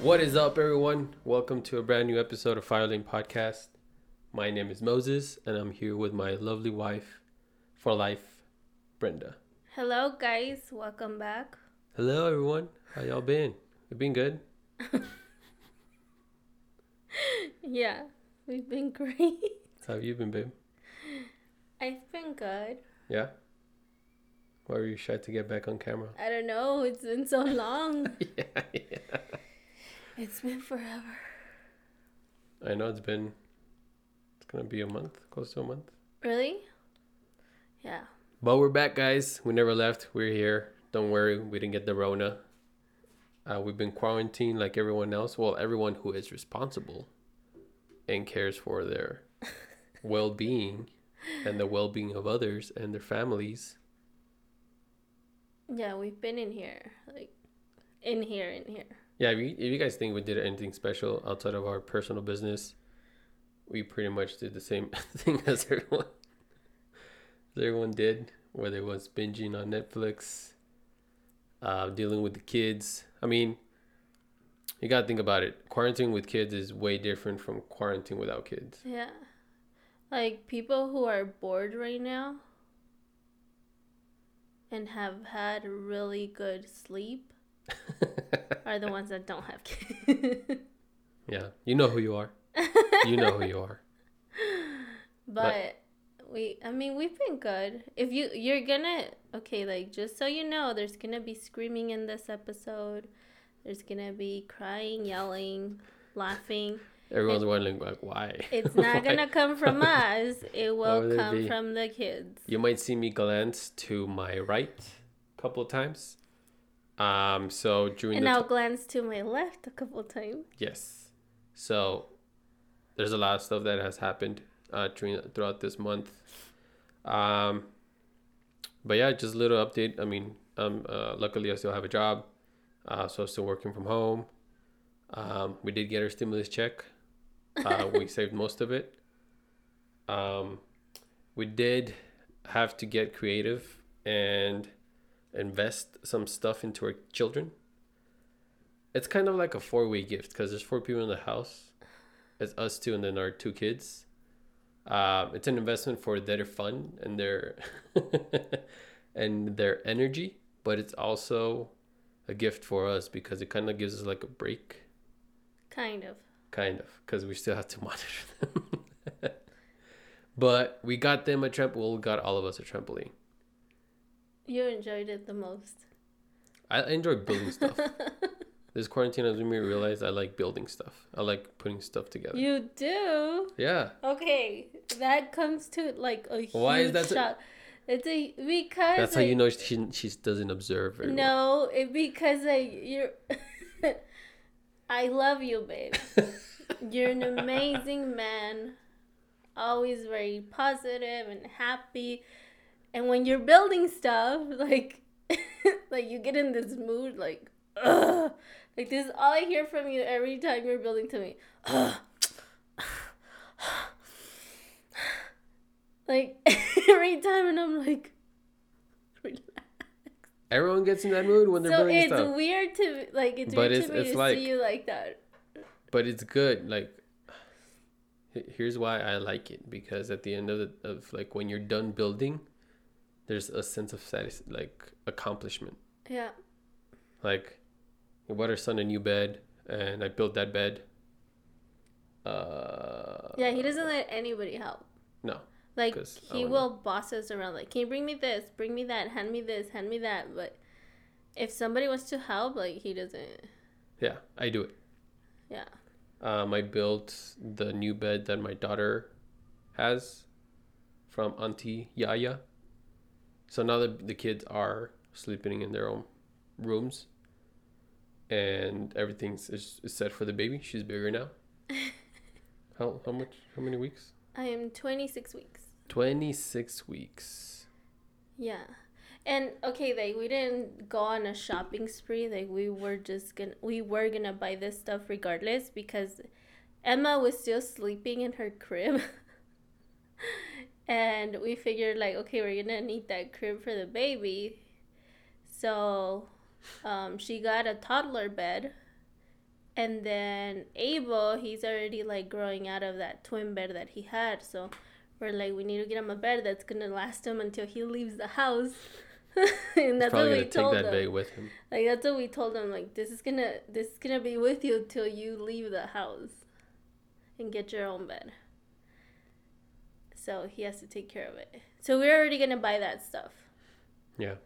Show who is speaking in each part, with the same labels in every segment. Speaker 1: What is up, everyone? Welcome to a brand new episode of Firelink Podcast. My name is Moses, and I'm here with my lovely wife for life, Brenda.
Speaker 2: Hello, guys. Welcome back.
Speaker 1: Hello, everyone. How y'all been? You been good?
Speaker 2: Yeah, we've been great.
Speaker 1: How have you been, babe?
Speaker 2: I've been good.
Speaker 1: Yeah. Why were you shy to get back on camera?
Speaker 2: I don't know. It's been so long.
Speaker 1: yeah, yeah.
Speaker 2: it's been forever.
Speaker 1: I know it's been. It's gonna be a month, close to a month.
Speaker 2: Really? Yeah.
Speaker 1: But we're back, guys. We never left. We're here. Don't worry, we didn't get the Rona. Uh, we've been quarantined like everyone else. Well, everyone who is responsible and cares for their well being and the well being of others and their families.
Speaker 2: Yeah, we've been in here. Like, in here, in here.
Speaker 1: Yeah, if you, if you guys think we did anything special outside of our personal business, we pretty much did the same thing as everyone. As everyone did, whether it was binging on Netflix, uh, dealing with the kids. I mean, you gotta think about it. Quarantine with kids is way different from quarantine without kids.
Speaker 2: Yeah. Like, people who are bored right now and have had really good sleep are the ones that don't have kids.
Speaker 1: yeah, you know who you are. You know who you are.
Speaker 2: But we, I mean, we've been good. If you, you're gonna, okay, like, just so you know, there's gonna be screaming in this episode. There's gonna be crying, yelling, laughing.
Speaker 1: Everyone's wondering like, why?
Speaker 2: It's not
Speaker 1: Why?
Speaker 2: gonna come from us, it
Speaker 1: would
Speaker 2: will
Speaker 1: it
Speaker 2: come
Speaker 1: be?
Speaker 2: from the kids.
Speaker 1: You might see me glance to my right a couple of times. Um, so during
Speaker 2: And
Speaker 1: the
Speaker 2: I'll
Speaker 1: ti-
Speaker 2: glance to my left a couple times.
Speaker 1: yes, so there's a lot of stuff that has happened uh, during throughout this month. Um, but yeah, just a little update. I mean, um, uh, luckily I still have a job, uh, so I'm still working from home. Um, we did get our stimulus check. Uh, we saved most of it. Um, we did have to get creative and invest some stuff into our children. It's kind of like a four way gift because there's four people in the house. It's us two and then our two kids. Um, it's an investment for their fun and their and their energy, but it's also a gift for us because it kind of gives us like a break,
Speaker 2: Kind of.
Speaker 1: kind of, because we still have to monitor them. but we got them a tramp. Well, we got all of us a trampoline.
Speaker 2: You enjoyed it the most.
Speaker 1: I enjoy building stuff. this quarantine has made me realize I like building stuff. I like putting stuff together.
Speaker 2: You do?
Speaker 1: yeah.
Speaker 2: Okay, that comes to like a huge
Speaker 1: Why is that so-
Speaker 2: shock. It's a because
Speaker 1: That's how
Speaker 2: like,
Speaker 1: you know she, she doesn't observe very well.
Speaker 2: No, it, because I you're. I love you, babe. You're an amazing man. Always very positive and happy. And when you're building stuff, like, like you get in this mood, like, ugh. Like this is all I hear from you every time you're building to me. Ugh. Like every time, and I'm like, relax.
Speaker 1: Everyone gets in that mood when they're
Speaker 2: So
Speaker 1: building
Speaker 2: it's
Speaker 1: stuff.
Speaker 2: weird to like it's
Speaker 1: But
Speaker 2: weird
Speaker 1: it's-
Speaker 2: to me
Speaker 1: it's
Speaker 2: to
Speaker 1: like-
Speaker 2: see you like that.
Speaker 1: but it's good like he- here's why i like it because at the end of the of like when you're done building there's a sense of satis- like accomplishment
Speaker 2: Yeah.
Speaker 1: like I bought our son a new bed and i built that bed uh
Speaker 2: Yeah, he doesn't let anybody help.
Speaker 1: no
Speaker 2: Like
Speaker 1: 'Cause I
Speaker 2: he
Speaker 1: wanna-
Speaker 2: will boss us around like, Can you bring me this, bring me that, hand me this, hand me that but if somebody wants to help, like he doesn't
Speaker 1: yeah i do it
Speaker 2: yeah.
Speaker 1: um i built the new bed that my daughter has from auntie yaya so now that the kids are sleeping in their own rooms and everything's is, is set for the baby she's bigger now how, how much how many weeks
Speaker 2: I am twenty six weeks.
Speaker 1: 26 weeks
Speaker 2: Yeah. And okay, like we didn't go on a shopping spree. Like we were just gonna we were gonna buy this stuff regardless because Emma was still sleeping in her crib. and we figured like okay, we're gonna need that crib for the baby. So um, she got a toddler bed And then Abel, he's already like growing out of that twin bed that he had. So we're like, we need to get him a bed that's gonna last him until he leaves the house. and that's what
Speaker 1: Probably
Speaker 2: we
Speaker 1: gonna take
Speaker 2: told
Speaker 1: that bag
Speaker 2: him.
Speaker 1: with him.
Speaker 2: Like that's what we told him. Like this is gonna this is gonna be with you till you leave the house, and get your own bed. So he has to take care of it. So we're already gonna buy that stuff,
Speaker 1: Yeah,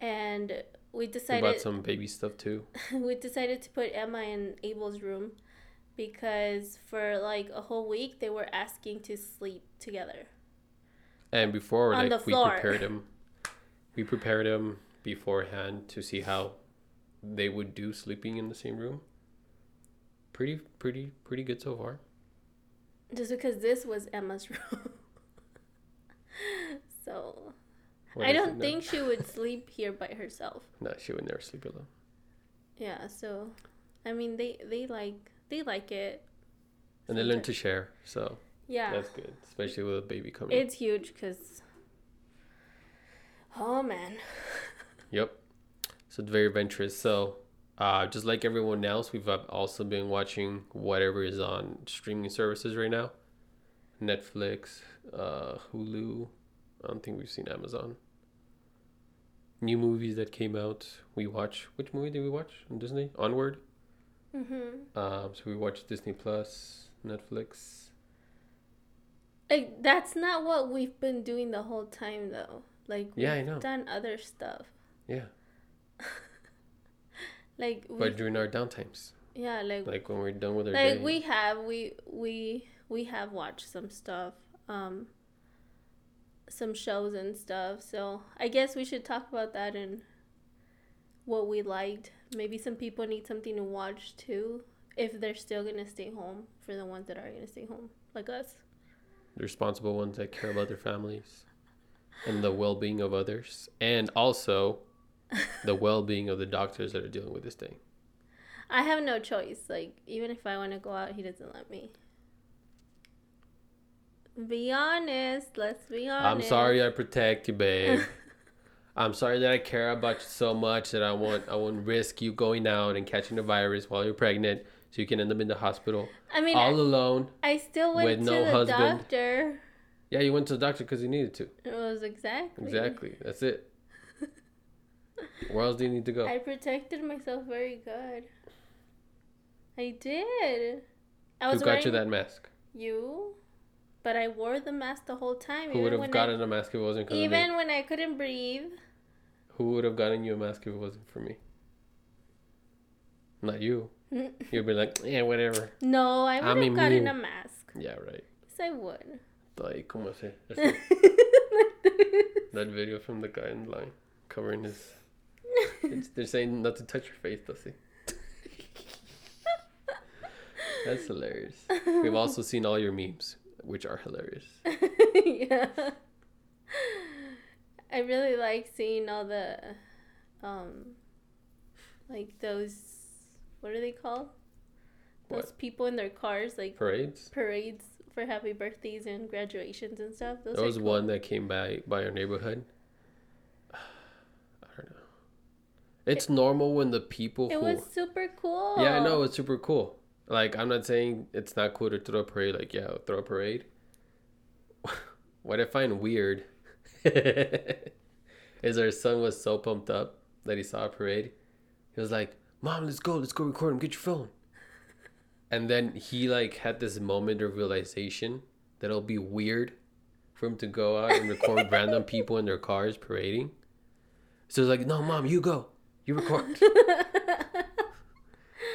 Speaker 2: and we
Speaker 1: we bought
Speaker 2: decided
Speaker 1: some baby stuff too.
Speaker 2: we decided to put Emma in Abel's room because for like a whole week they were asking to sleep together.
Speaker 1: And before,
Speaker 2: On
Speaker 1: like
Speaker 2: the
Speaker 1: we
Speaker 2: floor.
Speaker 1: prepared him, we prepared him beforehand to see how they would do sleeping in the same room. Pretty, pretty, pretty good so far.
Speaker 2: Just because this was Emma's room. so
Speaker 1: What
Speaker 2: I
Speaker 1: is it
Speaker 2: don't
Speaker 1: now?
Speaker 2: think she would sleep here by herself.
Speaker 1: No, she would never sleep alone.
Speaker 2: Yeah, so I mean they they like they like it.
Speaker 1: And they learn to share, so
Speaker 2: Yeah.
Speaker 1: that's good, especially with a baby coming.
Speaker 2: It's huge cuz Oh man.
Speaker 1: Yep. So it's very adventurous. So, uh, just like everyone else, we've uh, also been watching whatever is on streaming services right now Netflix, uh, Hulu. I don't think we've seen Amazon. New movies that came out, we watch. Which movie did we watch on Disney? Onward.
Speaker 2: Mhm.
Speaker 1: Um, so we watched Disney Plus, Netflix.
Speaker 2: Like that's not what we've been doing the whole time though. Like
Speaker 1: Yeah, I
Speaker 2: we've
Speaker 1: know.
Speaker 2: done other stuff.
Speaker 1: Yeah.
Speaker 2: Like we
Speaker 1: But during our downtimes,
Speaker 2: yeah, like
Speaker 1: like when we're done with our
Speaker 2: like
Speaker 1: day.
Speaker 2: we have we we we have watched some stuff um some shows and stuff so i guess we should talk about that and what we liked maybe some people need something to watch too if they're still gonna stay home for the ones that are gonna stay home like us
Speaker 1: the responsible ones that care about their families and the well-being of others and also the well-being of the doctors that are dealing with this thing
Speaker 2: i have no choice like even if i want to go out he doesn't let me be honest let's be
Speaker 1: i'm
Speaker 2: honest
Speaker 1: sorry i protect you babe i'm sorry that i care about you so much that i won't i won't risk you going out and catching the virus while you're pregnant so you can end up in the hospital
Speaker 2: i mean
Speaker 1: all alone
Speaker 2: i still went
Speaker 1: with
Speaker 2: to
Speaker 1: no
Speaker 2: the
Speaker 1: husband.
Speaker 2: doctor
Speaker 1: yeah you went to the doctor because you needed to
Speaker 2: It was exactly.
Speaker 1: exactly that's it where else do you need to go
Speaker 2: I protected myself very good. I did. I
Speaker 1: who
Speaker 2: was
Speaker 1: got
Speaker 2: wearing
Speaker 1: you that mask
Speaker 2: you, but I wore the mask the whole time.
Speaker 1: who
Speaker 2: even
Speaker 1: would have
Speaker 2: when
Speaker 1: gotten a mask if it wasn't
Speaker 2: I,
Speaker 1: because of me
Speaker 2: even when I couldn't breathe.
Speaker 1: Who would have gotten you a mask if it wasn't for me? Not you. You'd be like, yeah, whatever.
Speaker 2: no, I
Speaker 1: I'm
Speaker 2: would have gotten
Speaker 1: immune.
Speaker 2: a mask.
Speaker 1: Yeah, right.
Speaker 2: Yes, I would.
Speaker 1: Like, como se? That's
Speaker 2: Like
Speaker 1: That video from the guy in line covering his.
Speaker 2: this.
Speaker 1: It's, they're saying not to touch your face, does he? That's hilarious. We've also seen all your memes, which are hilarious.
Speaker 2: yeah. I really like seeing all the, um, like those, what are they called? Those
Speaker 1: What?
Speaker 2: people in their cars, like
Speaker 1: Parades.
Speaker 2: parades for happy birthdays and graduations and stuff. Those
Speaker 1: There
Speaker 2: are
Speaker 1: was
Speaker 2: cool.
Speaker 1: one that came by by our neighborhood. I don't know. It's normal when the people
Speaker 2: It
Speaker 1: who
Speaker 2: was super cool.
Speaker 1: Yeah, I know it's super cool. Like I'm not saying it's not cool to throw a parade. Like yeah, throw a parade. what I find weird is our son was so pumped up that he saw a parade. He was like, "Mom, let's go. Let's go record him. Get your phone." And then he like had this moment of realization that it'll be weird for him to go out and record random people in their cars parading. So he's like, "No, mom, you go. You record."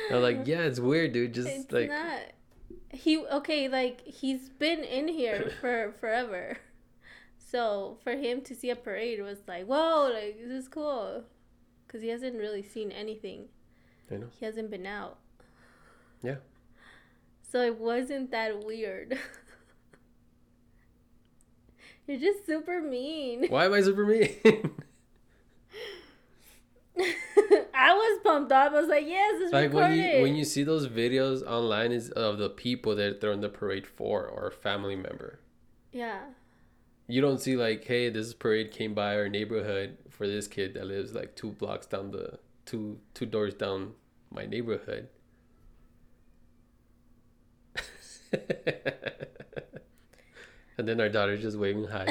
Speaker 1: I'm like, yeah, it's weird, dude. Just
Speaker 2: It's
Speaker 1: like,
Speaker 2: not. He okay, like he's been in here for forever. So for him to see a parade was like, whoa, like this is cool, because he hasn't really seen anything.
Speaker 1: I know.
Speaker 2: He hasn't been out.
Speaker 1: Yeah.
Speaker 2: So it wasn't that weird. You're just super mean.
Speaker 1: why am I super mean?
Speaker 2: I was pumped up. I was like, yes, it's
Speaker 1: like when
Speaker 2: recorded.
Speaker 1: you when you see those videos online is of the people that they're in the parade for or a family member.
Speaker 2: yeah.
Speaker 1: You don't see like, hey, this parade came by our neighborhood for this kid that lives like two blocks down the two two doors down my neighborhood. and then our daughter just waving hi.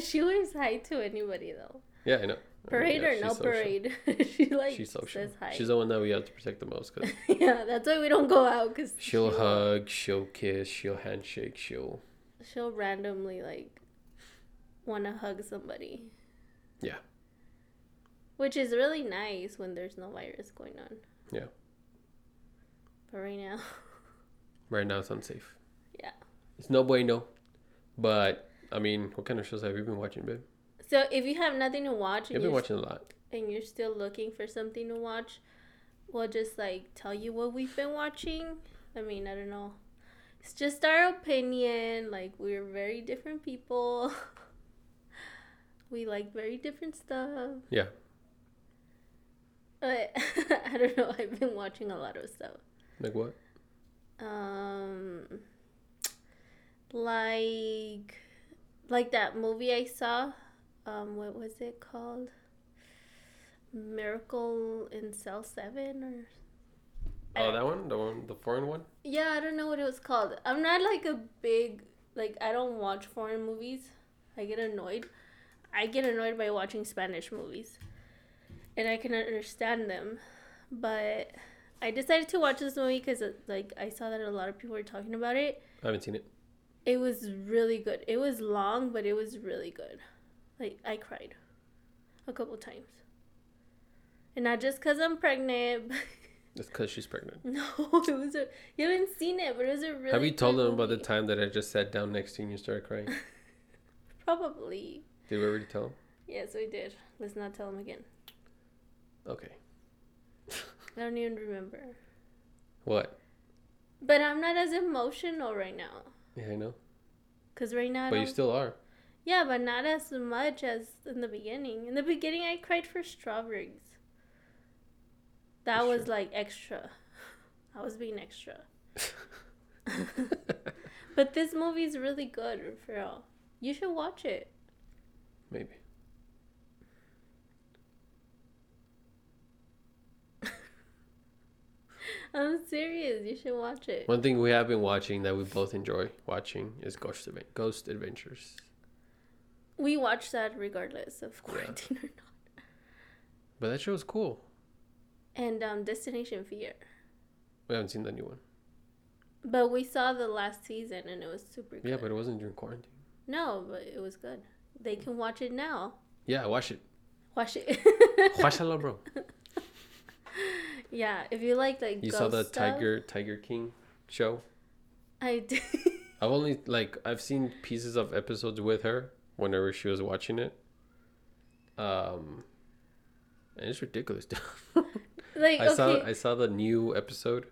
Speaker 2: she waves hi to anybody though.
Speaker 1: Yeah, I know. Oh my
Speaker 2: Parade
Speaker 1: God,
Speaker 2: or
Speaker 1: she's
Speaker 2: no
Speaker 1: social.
Speaker 2: parade, she like
Speaker 1: She's social.
Speaker 2: says hi.
Speaker 1: She's the one that we have to protect the most because
Speaker 2: yeah, that's why we don't go out because
Speaker 1: she'll hug, she'll kiss, she'll handshake, she'll
Speaker 2: she'll randomly like want to hug somebody.
Speaker 1: Yeah.
Speaker 2: Which is really nice when there's no virus going on.
Speaker 1: Yeah.
Speaker 2: But right now,
Speaker 1: Right now it's unsafe.
Speaker 2: Yeah.
Speaker 1: It's no bueno. But I mean, what kind of shows have you been watching, babe?
Speaker 2: so if you have nothing to watch
Speaker 1: I've
Speaker 2: and
Speaker 1: been
Speaker 2: you're,
Speaker 1: watching a lot.
Speaker 2: and you're still looking for something to watch, we'll just like tell you what we've been watching. I mean, I don't know. It's just our opinion. Like we're very different people. we like very different stuff.
Speaker 1: Yeah.
Speaker 2: But I don't know. I've been watching a lot of stuff.
Speaker 1: Like what?
Speaker 2: um like like that movie i saw um what was it called miracle in cell 7 or I
Speaker 1: Oh,
Speaker 2: don't-
Speaker 1: that one, the one, the foreign one.
Speaker 2: yeah i don't know what it was called i'm not like a big like i don't watch foreign movies i get annoyed i get annoyed by watching spanish movies and i can understand them but i decided to watch this movie because like i saw that a lot of people were talking about it
Speaker 1: I haven't seen it.
Speaker 2: It was really good. It was long, but it was really good. Like I cried a couple times. And not just cuz I'm pregnant.
Speaker 1: It's because she's pregnant.
Speaker 2: no, it was a You haven't seen it, but it was a really
Speaker 1: Have you told
Speaker 2: good
Speaker 1: them about the
Speaker 2: movie.
Speaker 1: time that I just sat down next to you and you started crying?
Speaker 2: Probably.
Speaker 1: Did we already tell them?
Speaker 2: Yes, we did. Let's not tell him again.
Speaker 1: Okay.
Speaker 2: I don't even remember.
Speaker 1: What?
Speaker 2: But I'm not as emotional right now.
Speaker 1: Yeah, I know.
Speaker 2: Cuz right now I
Speaker 1: But you
Speaker 2: don't-
Speaker 1: still are.
Speaker 2: Yeah, but not as much as in the beginning. In the beginning, I cried for strawberries. That
Speaker 1: For
Speaker 2: was
Speaker 1: sure.
Speaker 2: like extra. I was being extra. but this movie's really good, for real. You should watch it.
Speaker 1: Maybe.
Speaker 2: I'm serious. You should watch it.
Speaker 1: One thing we have been watching that we both enjoy watching is Ghost Advent- Ghost Adventures.
Speaker 2: We watch that regardless of quarantine or not.
Speaker 1: But that show is cool.
Speaker 2: And um, Destination Fear.
Speaker 1: We haven't seen the new one.
Speaker 2: But we saw the last season and it was super good.
Speaker 1: Yeah, but it wasn't during quarantine.
Speaker 2: No, but it was good. They can watch it now.
Speaker 1: Yeah, watch it.
Speaker 2: Watch it.
Speaker 1: Watch it, bro.
Speaker 2: Yeah, if you like like
Speaker 1: You saw the
Speaker 2: ghost stuff,
Speaker 1: Tiger Tiger King show.
Speaker 2: I did.
Speaker 1: I've only like I've seen pieces of episodes with her whenever she was watching it. Um, and it's ridiculous. dude.
Speaker 2: like
Speaker 1: I
Speaker 2: okay,
Speaker 1: saw
Speaker 2: I...
Speaker 1: I saw the new episode.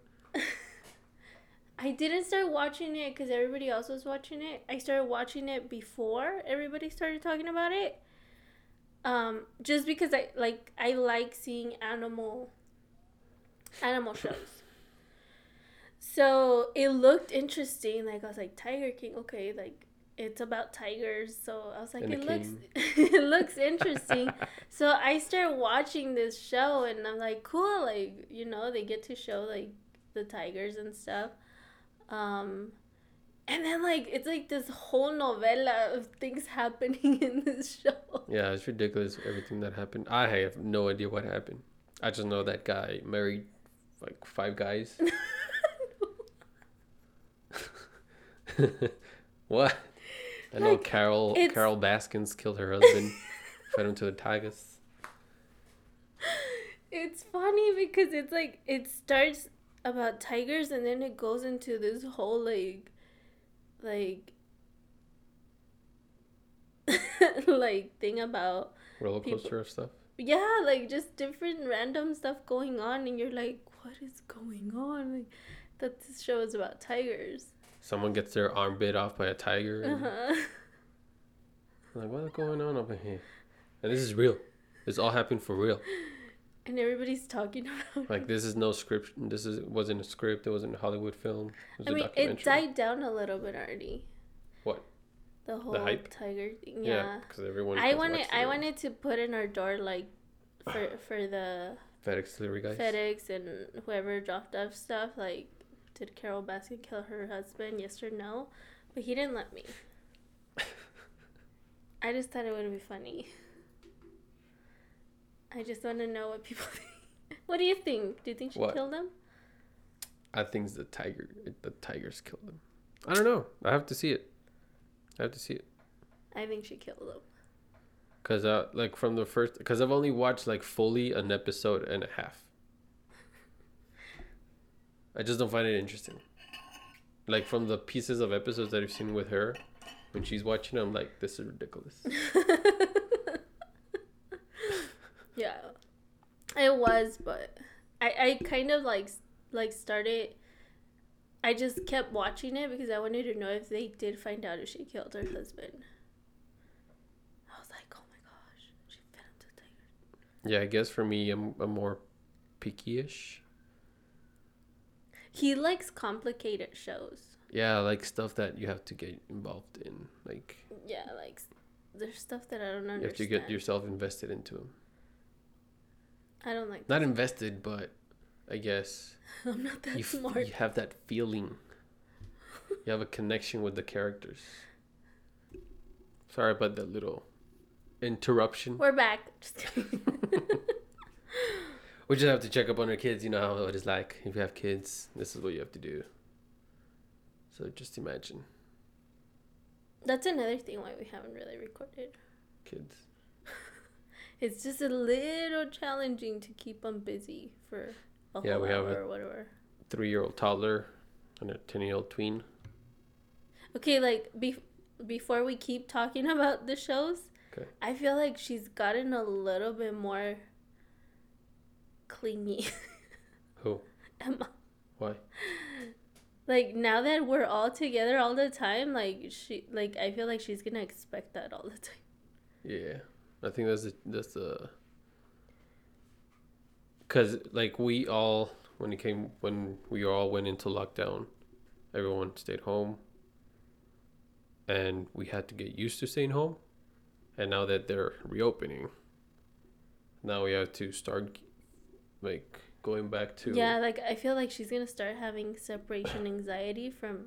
Speaker 2: didn't start watching it because everybody else was watching it. I started watching it before everybody started talking about it. Um, just because I like I like seeing animal animal shows. So it looked interesting. Like I was like Tiger King, okay, like it's about tigers. So I was like,
Speaker 1: And a
Speaker 2: it looks
Speaker 1: king.
Speaker 2: it looks interesting. So I start watching this show and I'm like, cool, like, you know, they get to show like the tigers and stuff. Um and then like it's like this whole novella of things happening in this show.
Speaker 1: Yeah, it's ridiculous everything that happened. I have no idea what happened. I just know that guy married like five guys. what? I know
Speaker 2: Like,
Speaker 1: Carol
Speaker 2: it's-
Speaker 1: Carol Baskins killed her husband, fed him to the tigers.
Speaker 2: it's funny because it's like it starts about tigers and then it goes into this whole like like like thing about
Speaker 1: Roller
Speaker 2: People-
Speaker 1: coaster of stuff.
Speaker 2: yeah like just different random stuff going on and you're like what is going on like that this show is about tigers
Speaker 1: Someone gets their arm bit off by a tiger. and-
Speaker 2: uh-huh.
Speaker 1: I'm like, what's going on over here? And this is real. This all happened for real.
Speaker 2: and everybody's talking about
Speaker 1: Like this is no script. This is wasn't a script. It wasn't a Hollywood film. It was
Speaker 2: it. i
Speaker 1: a
Speaker 2: mean it
Speaker 1: documentary.
Speaker 2: died down a little bit already
Speaker 1: What?
Speaker 2: the whole
Speaker 1: hype?
Speaker 2: tiger thing
Speaker 1: yeah,
Speaker 2: yeah,
Speaker 1: because everyone.
Speaker 2: i
Speaker 1: goes
Speaker 2: wanted
Speaker 1: watch the
Speaker 2: i wanted to put in our door like for for the
Speaker 1: FedEx delivery guys.
Speaker 2: FedEx and whoever dropped off stuff like did Carol Baskin kill her husband? Yes or no? But he didn't let me. I just thought it would be funny. I just want to know what people think. What do you think? Do you think she
Speaker 1: What?
Speaker 2: killed him?
Speaker 1: I think it's the tiger. The tigers killed him. I don't know. I have to see it. I have to see it
Speaker 2: I think she killed him.
Speaker 1: because uh, like from the first because I've only watched like fully an episode and a half. I just don't find it interesting. Like from the pieces of episodes that I've seen with her, when she's watching, I'm like, this is ridiculous.
Speaker 2: yeah, it was, but I, I kind of like s- like started. I just kept watching it because I wanted to know if they did find out if she killed her husband. I was like, oh my gosh, she found the tiger.
Speaker 1: Yeah, I guess for me, I'm, I'm more picky-ish.
Speaker 2: He likes complicated shows.
Speaker 1: Yeah, I like stuff that you have to get involved in. Like
Speaker 2: Yeah, like s- there's stuff that I don't understand.
Speaker 1: you have to get yourself invested into 'em.
Speaker 2: I don't like.
Speaker 1: Not invested, but I guess
Speaker 2: I'm not that
Speaker 1: you, f-
Speaker 2: smart.
Speaker 1: you have that feeling. You have a connection with the characters. Sorry about that little interruption.
Speaker 2: We're back. Just kidding.
Speaker 1: We just have to check up on our kids. You know how it is like. If you have kids, this is what you have to do. So just imagine
Speaker 2: That's another thing why we haven't really recorded.
Speaker 1: kids.
Speaker 2: It's just a little challenging to keep them busy for a
Speaker 1: Yeah,
Speaker 2: whole
Speaker 1: we have
Speaker 2: hour
Speaker 1: a-
Speaker 2: or whatever.
Speaker 1: Three-year-old toddler and a ten-year-old tween.
Speaker 2: Okay, like be- before we keep talking about the shows,
Speaker 1: Okay.
Speaker 2: I feel like she's gotten a little bit more clingy.
Speaker 1: Who?
Speaker 2: Emma.
Speaker 1: Why?
Speaker 2: Like now that we're all together all the time, like she, like I feel like she's gonna expect that all the time.
Speaker 1: Yeah, I think that's the that's the because like we all when it came when we all went into lockdown, everyone stayed home, and we had to get used to staying home, and now that they're reopening, now we have to start like going back to
Speaker 2: Yeah, like I feel like she's gonna start having separation anxiety from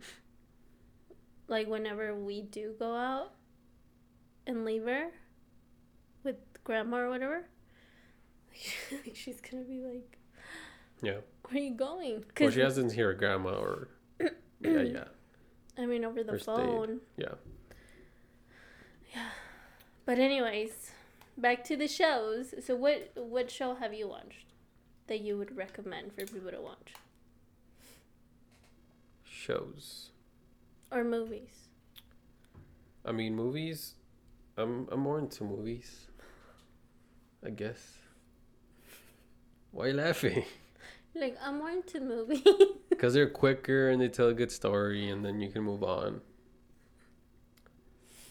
Speaker 2: like whenever we do go out and leave her with grandma or whatever. Like she's gonna be like,
Speaker 1: yeah.
Speaker 2: "Where are you going?"
Speaker 1: Well,
Speaker 2: Cause
Speaker 1: she hasn't here grandma or yeah yeah
Speaker 2: I mean, over the
Speaker 1: Or stayed.
Speaker 2: phone.
Speaker 1: yeah.
Speaker 2: But anyways, back to the shows. So what what show have you watched that you would recommend for people to watch
Speaker 1: shows.
Speaker 2: or movies?
Speaker 1: I mean, movies. I'm I'm more into movies. I guess. Why are you laughing?
Speaker 2: Like I'm more into movies.
Speaker 1: Because they're quicker and they tell a good story, and then you can move on.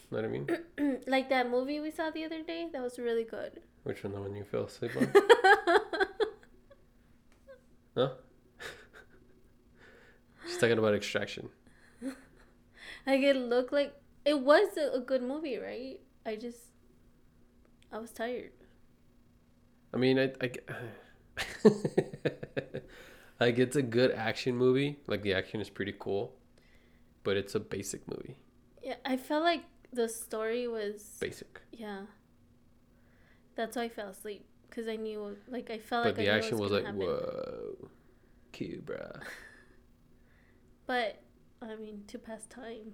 Speaker 1: Know what I mean?
Speaker 2: like that movie we saw the other day. That was really good.
Speaker 1: Which one? The one you fell asleep on? She's talking about Extraction.
Speaker 2: like it looked like it was a, a good movie, right? I just I was tired.
Speaker 1: I mean, I, I g- like it's a good action movie. Like the action is pretty cool, but it's a basic movie.
Speaker 2: Yeah, I felt like the story was
Speaker 1: Basic.
Speaker 2: yeah. That's why I fell asleep because I knew like I felt
Speaker 1: But
Speaker 2: like
Speaker 1: the
Speaker 2: I knew what
Speaker 1: action was
Speaker 2: gonna
Speaker 1: like,
Speaker 2: happen.
Speaker 1: whoa, cute, bruh.
Speaker 2: But I mean, to pass time.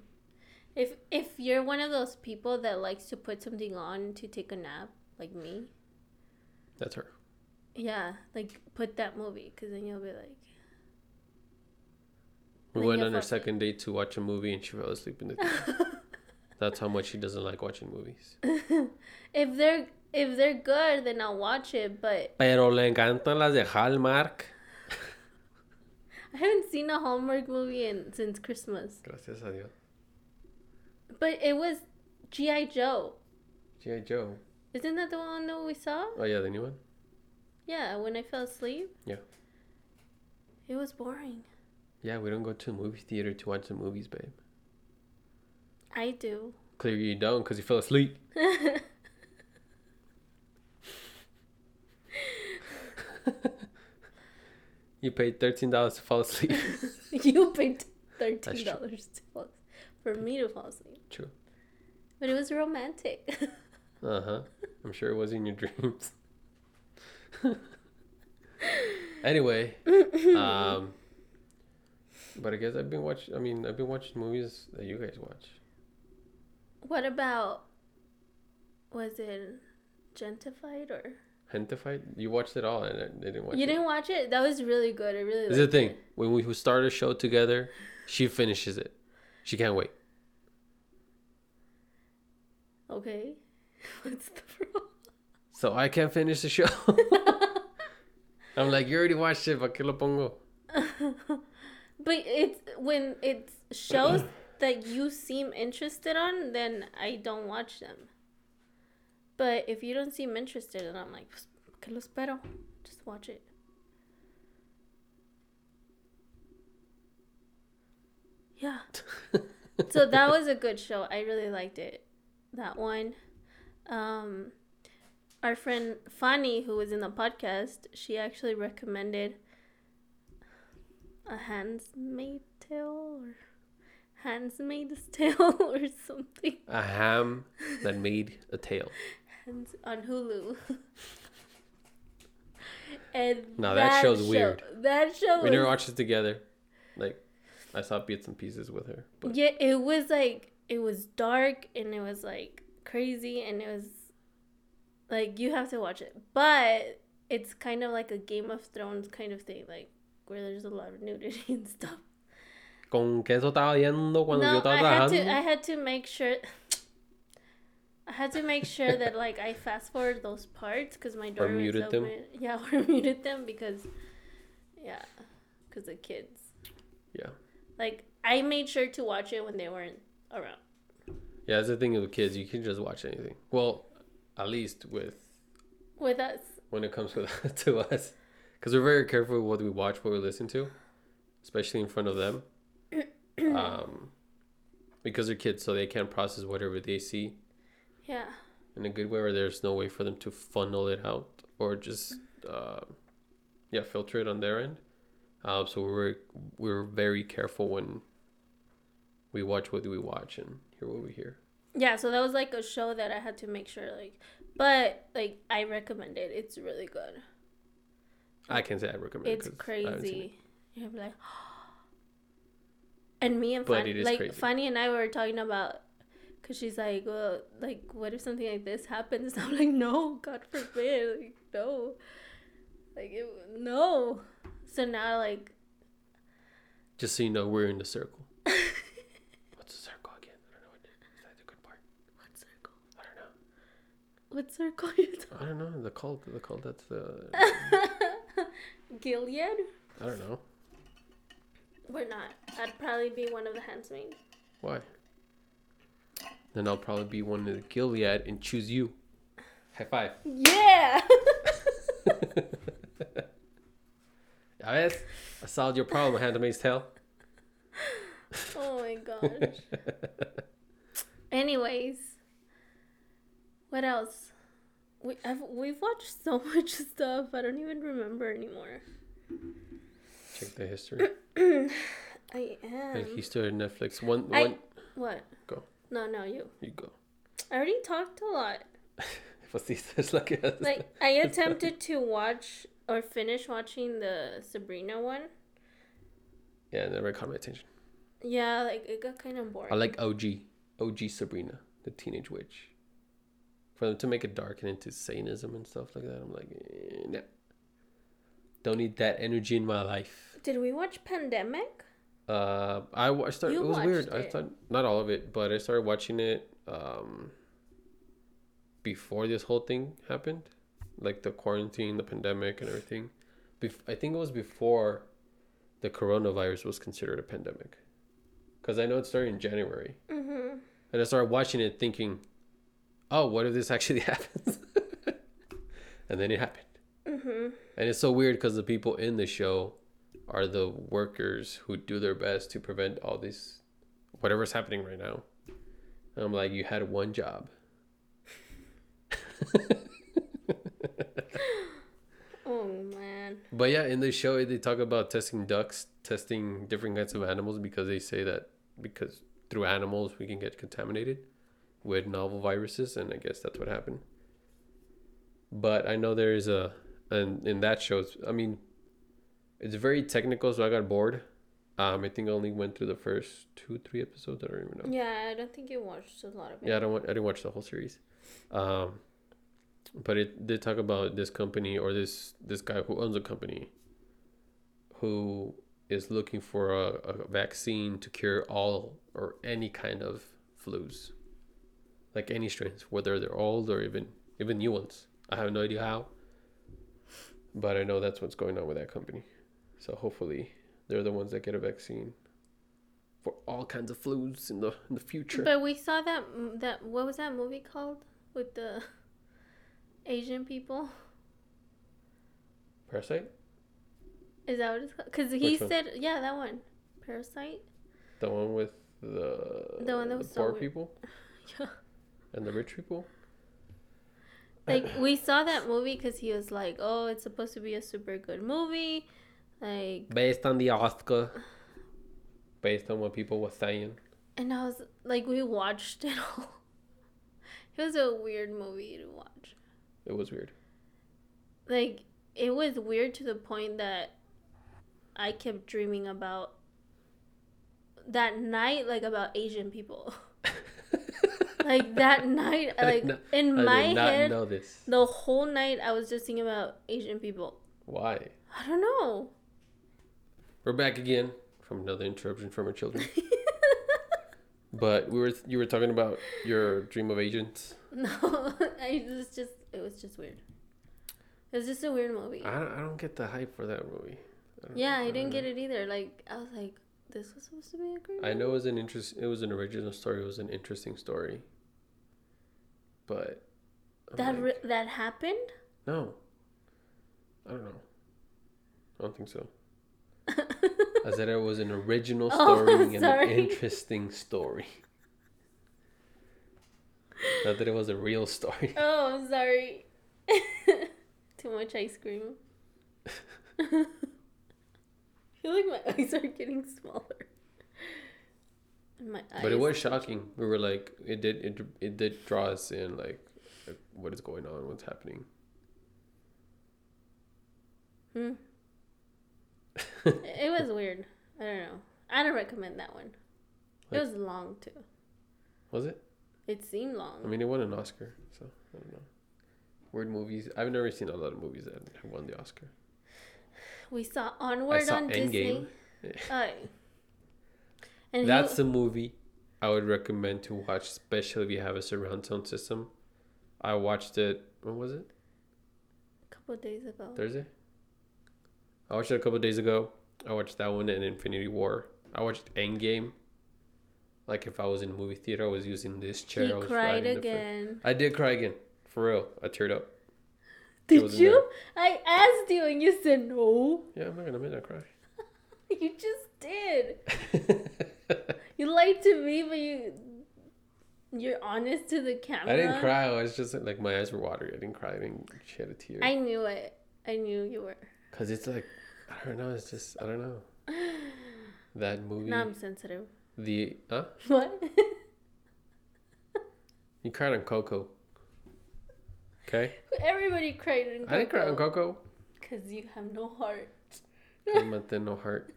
Speaker 2: If if you're one of those people that likes to put something on to take a nap, like me,
Speaker 1: That's her.
Speaker 2: yeah, like put that movie because then you'll be like,
Speaker 1: We
Speaker 2: Like
Speaker 1: went
Speaker 2: a
Speaker 1: on our
Speaker 2: fucking-
Speaker 1: second date to watch a movie and she fell asleep in the theater. That's how much she doesn't like watching movies.
Speaker 2: if they're if they're good, then I'll watch it. But
Speaker 1: Pero le encantan las de Hallmark.
Speaker 2: I haven't seen a Hallmark movie in since Christmas.
Speaker 1: Gracias a Dios.
Speaker 2: But it was GI Joe.
Speaker 1: G.I. Joe.
Speaker 2: Isn't that the one that we saw?
Speaker 1: Oh, yeah, the new one?
Speaker 2: Yeah, when I fell asleep.
Speaker 1: Yeah.
Speaker 2: It was boring.
Speaker 1: Yeah, we don't go to a movie theater to watch the movies, babe.
Speaker 2: I do.
Speaker 1: Clearly you don't because you fell asleep. You paid thirteen dollars to fall asleep.
Speaker 2: you paid
Speaker 1: true.
Speaker 2: thirteen dollars to fall, for me to fall asleep.
Speaker 1: True.
Speaker 2: But it was romantic.
Speaker 1: Uh huh. I'm sure it was in your dreams. anyway, um, but I guess I've been watching. I mean, I've been watching movies that you guys watch.
Speaker 2: what about? Was it gentified or
Speaker 1: Hentified. You watched it all, and I, I didn't watch.
Speaker 2: you
Speaker 1: it.
Speaker 2: didn't watch it? That was really good. I really.
Speaker 1: This is the
Speaker 2: liked
Speaker 1: thing.
Speaker 2: it.
Speaker 1: When we start a show together, she finishes it. She can't wait.
Speaker 2: Okay. What's the problem?
Speaker 1: So I can't finish the show. I'm like, you already watched it, but que lo pongo?
Speaker 2: But it's when it shows that you seem interested on, then I don't watch them. But if you don't seem interested, then I'm like, "Pues, que lo espero? Just watch it. Yeah. so that was a good show. I really liked it. That one. Um, our friend Fanny, who was in the podcast, she actually recommended a handsmaid tale or handsmaid's tale or something
Speaker 1: A ham that made a tail.
Speaker 2: Hands- on Hulu. and
Speaker 1: No, that show's weird.
Speaker 2: That show
Speaker 1: We never
Speaker 2: was-
Speaker 1: watched it together. Like, I saw bits and pieces with her. But
Speaker 2: yeah, it was like it was dark and it was like crazy and it was like you have to watch it, but it's kind of like a Game of Thrones kind of thing, like where there's a lot of nudity and stuff.
Speaker 1: con que eso estaba viendo cuando yo
Speaker 2: No,
Speaker 1: estaba
Speaker 2: I had to. I
Speaker 1: trabajando.
Speaker 2: had to make sure. I had to make sure that like I fast forward those parts because my door was
Speaker 1: muted
Speaker 2: open.
Speaker 1: them.
Speaker 2: Yeah, or muted them because, yeah, because the kids.
Speaker 1: Yeah.
Speaker 2: Like I made sure to watch it when they weren't around.
Speaker 1: Yeah, that's the thing with kids. You can just watch anything. Well, at least with
Speaker 2: with us.
Speaker 1: when it comes to, to us. Because we're very careful with what we watch, what we listen to, especially in front of them. um, because they're kids, so they can't process whatever they see
Speaker 2: Yeah.
Speaker 1: in a good way, or there's no way for them to funnel it out or just, uh, yeah, filter it on their end. Um, so we're we're very careful when we watch what we watch and hear what we hear.
Speaker 2: Yeah, so that was like a show that I had to make sure like but like I recommend it. It's really good.
Speaker 1: I can say I recommend. it
Speaker 2: It's
Speaker 1: 'cause I haven't seen it.
Speaker 2: crazy. You're like And me and
Speaker 1: But
Speaker 2: Fanny,
Speaker 1: it is
Speaker 2: like
Speaker 1: crazy.
Speaker 2: Fanny and I were talking about cuz she's like, "Well, like what if something like this happens?" I'm like, "No, god forbid." Like, no. Like it, no. So now like
Speaker 1: Just so you know, we're in the circle. What's a circle again? I don't know. What it is. Is that the good part?
Speaker 2: what circle?
Speaker 1: I don't know.
Speaker 2: What circle are you
Speaker 1: I don't know. The cult. The cult. That's the.
Speaker 2: talking? Gilead?
Speaker 1: I don't know.
Speaker 2: We're not. I'd probably be one of the handmaids.
Speaker 1: Why? Then I'll probably be one of the Gilead and choose you. High five.
Speaker 2: Yeah.
Speaker 1: I guess I solved your problem, Handmaid's Tale.
Speaker 2: oh my gosh. Anyways, what else? We I've, we've watched so much stuff. I don't even remember anymore.
Speaker 1: Check the history.
Speaker 2: I
Speaker 1: Like
Speaker 2: am.
Speaker 1: history of Netflix. One,
Speaker 2: I-
Speaker 1: one.
Speaker 2: What?
Speaker 1: Go.
Speaker 2: No, no, you.
Speaker 1: You go.
Speaker 2: I already talked a lot.
Speaker 1: Facilities like us.
Speaker 2: Like I attempted to watch or finish watching the Sabrina one.
Speaker 1: Yeah, never caught my attention.
Speaker 2: Yeah, like it got kind of boring.
Speaker 1: I like OG. OG Sabrina, the teenage witch. For them to make it dark and into Satanism and stuff like that, I'm like, eh, nah. Don't need that energy in my life.
Speaker 2: Did we watch Pandemic?
Speaker 1: Uh, I wa- I started.
Speaker 2: You
Speaker 1: it was
Speaker 2: watched
Speaker 1: weird. I
Speaker 2: it.
Speaker 1: thought not all of it, but I started watching it um before this whole thing happened, like the quarantine, the pandemic, and everything. Bef- I think it was before the coronavirus was considered a pandemic, because I know it started in January,
Speaker 2: Mm-hmm.
Speaker 1: and I started watching it thinking, "Oh, what if this actually happens?" and then it happened.
Speaker 2: Mm-hmm.
Speaker 1: And it's so weird because the people in the show are the workers who do their best to prevent all this, whatever's happening right now. And I'm like, you had one job.
Speaker 2: Oh man.
Speaker 1: But yeah, in the show they talk about testing ducks, testing different kinds of animals because they say that because through animals we can get contaminated with novel viruses, and I guess that's what happened. But I know there is a and in that show, it's- I mean, it's very technical, so I got bored. Um, I think I only went through the first two, three episodes. I don't even know.
Speaker 2: Yeah, I don't think you watched a lot of it.
Speaker 1: Yeah, I don't want. I didn't watch the whole series, um, but it did talk about this company or this this guy who owns a company, who is looking for a, a vaccine to cure all or any kind of flus, like any strains, whether they're old or even even new ones. I have no idea how, but I know that's what's going on with that company. So hopefully, they're the ones that get a vaccine for all kinds of flus in the in the future.
Speaker 2: But we saw that m- that what was that movie called with the Asian people?
Speaker 1: Parasite.
Speaker 2: Is that what it's called? Because he
Speaker 1: Which one?
Speaker 2: said, yeah, that one, Parasite.
Speaker 1: The one with the
Speaker 2: The one that was so
Speaker 1: poor
Speaker 2: weird.
Speaker 1: people
Speaker 2: Yeah.
Speaker 1: and the rich people.
Speaker 2: Like we saw that movie because he was like, oh, it's supposed to be a super good movie. Like,
Speaker 1: Based on the Oscar, based on what people were saying.
Speaker 2: and I was like, we watched it all. It was a weird movie to watch.
Speaker 1: It was weird.
Speaker 2: like it was weird to the point that I kept dreaming about that night, like about Asian people. like that night,
Speaker 1: I
Speaker 2: like
Speaker 1: did not-
Speaker 2: in my
Speaker 1: I did not
Speaker 2: head,
Speaker 1: know this.
Speaker 2: the whole night I was just thinking about Asian people.
Speaker 1: Why?
Speaker 2: I don't know.
Speaker 1: We're back again from another interruption from our children. but we were you were talking about your dream of agents.
Speaker 2: no, I was just it was just weird. It was just a weird movie.
Speaker 1: I don't, I don't get the hype for that movie. don't-
Speaker 2: yeah, I
Speaker 1: don't
Speaker 2: didn't
Speaker 1: know.
Speaker 2: get it either. Like I was like, this was supposed to be a great.
Speaker 1: I know it was an interest. It was an original story. It was an interesting story. But I'm
Speaker 2: that
Speaker 1: like-
Speaker 2: re- that happened.
Speaker 1: No. I don't know. I don't think so. I said it was an original
Speaker 2: Oh,
Speaker 1: story and an
Speaker 2: sorry.
Speaker 1: interesting story. Not that it was a real story.
Speaker 2: Oh, I'm sorry. Too much ice cream. I feel like my eyes are getting smaller. And My eyes.
Speaker 1: But it was shocking. We were like, it did, it, it did draw us in, like, like, what is going on, what's happening.
Speaker 2: Hmm. it was weird. I don't know. I don't recommend that one. It
Speaker 1: Like-
Speaker 2: was long too.
Speaker 1: Was it?
Speaker 2: It seemed
Speaker 1: I
Speaker 2: long.
Speaker 1: mean, it won an Oscar, so I don't know. Weird movies. I've never seen a lot of movies that have won the Oscar.
Speaker 2: We saw Onward
Speaker 1: saw
Speaker 2: on Disney.
Speaker 1: Endgame.
Speaker 2: Oh. And
Speaker 1: That's
Speaker 2: who-
Speaker 1: a movie I would recommend to watch, especially if you have a surround sound system. I watched it. When was it?
Speaker 2: a couple days ago.
Speaker 1: Thursday. I watched it a couple days ago. I watched that one and Infinity War. I watched Endgame. Like if I was in a movie theater, I was using this chair.
Speaker 2: He
Speaker 1: I was
Speaker 2: cried
Speaker 1: riding the fr-
Speaker 2: again.
Speaker 1: I did cry again, for real. I teared up.
Speaker 2: Did
Speaker 1: wasn't
Speaker 2: you? I asked you and you said no.
Speaker 1: Yeah, I'm not gonna admit I
Speaker 2: You just did.
Speaker 1: cried.
Speaker 2: You lied to me, but you you're honest to the camera.
Speaker 1: I didn't cry. I was just like my eyes were watery. I didn't cry. I didn't shed a tear.
Speaker 2: I knew it. I knew you were.
Speaker 1: Cause it's like I don't know. It's just I don't know. That movie.
Speaker 2: Now I'm sensitive.
Speaker 1: The huh?
Speaker 2: What?
Speaker 1: You cried on Coco. Okay.
Speaker 2: Everybody cried in
Speaker 1: I didn't cry on Coco.
Speaker 2: because you have no heart.
Speaker 1: Cálmate, no heart.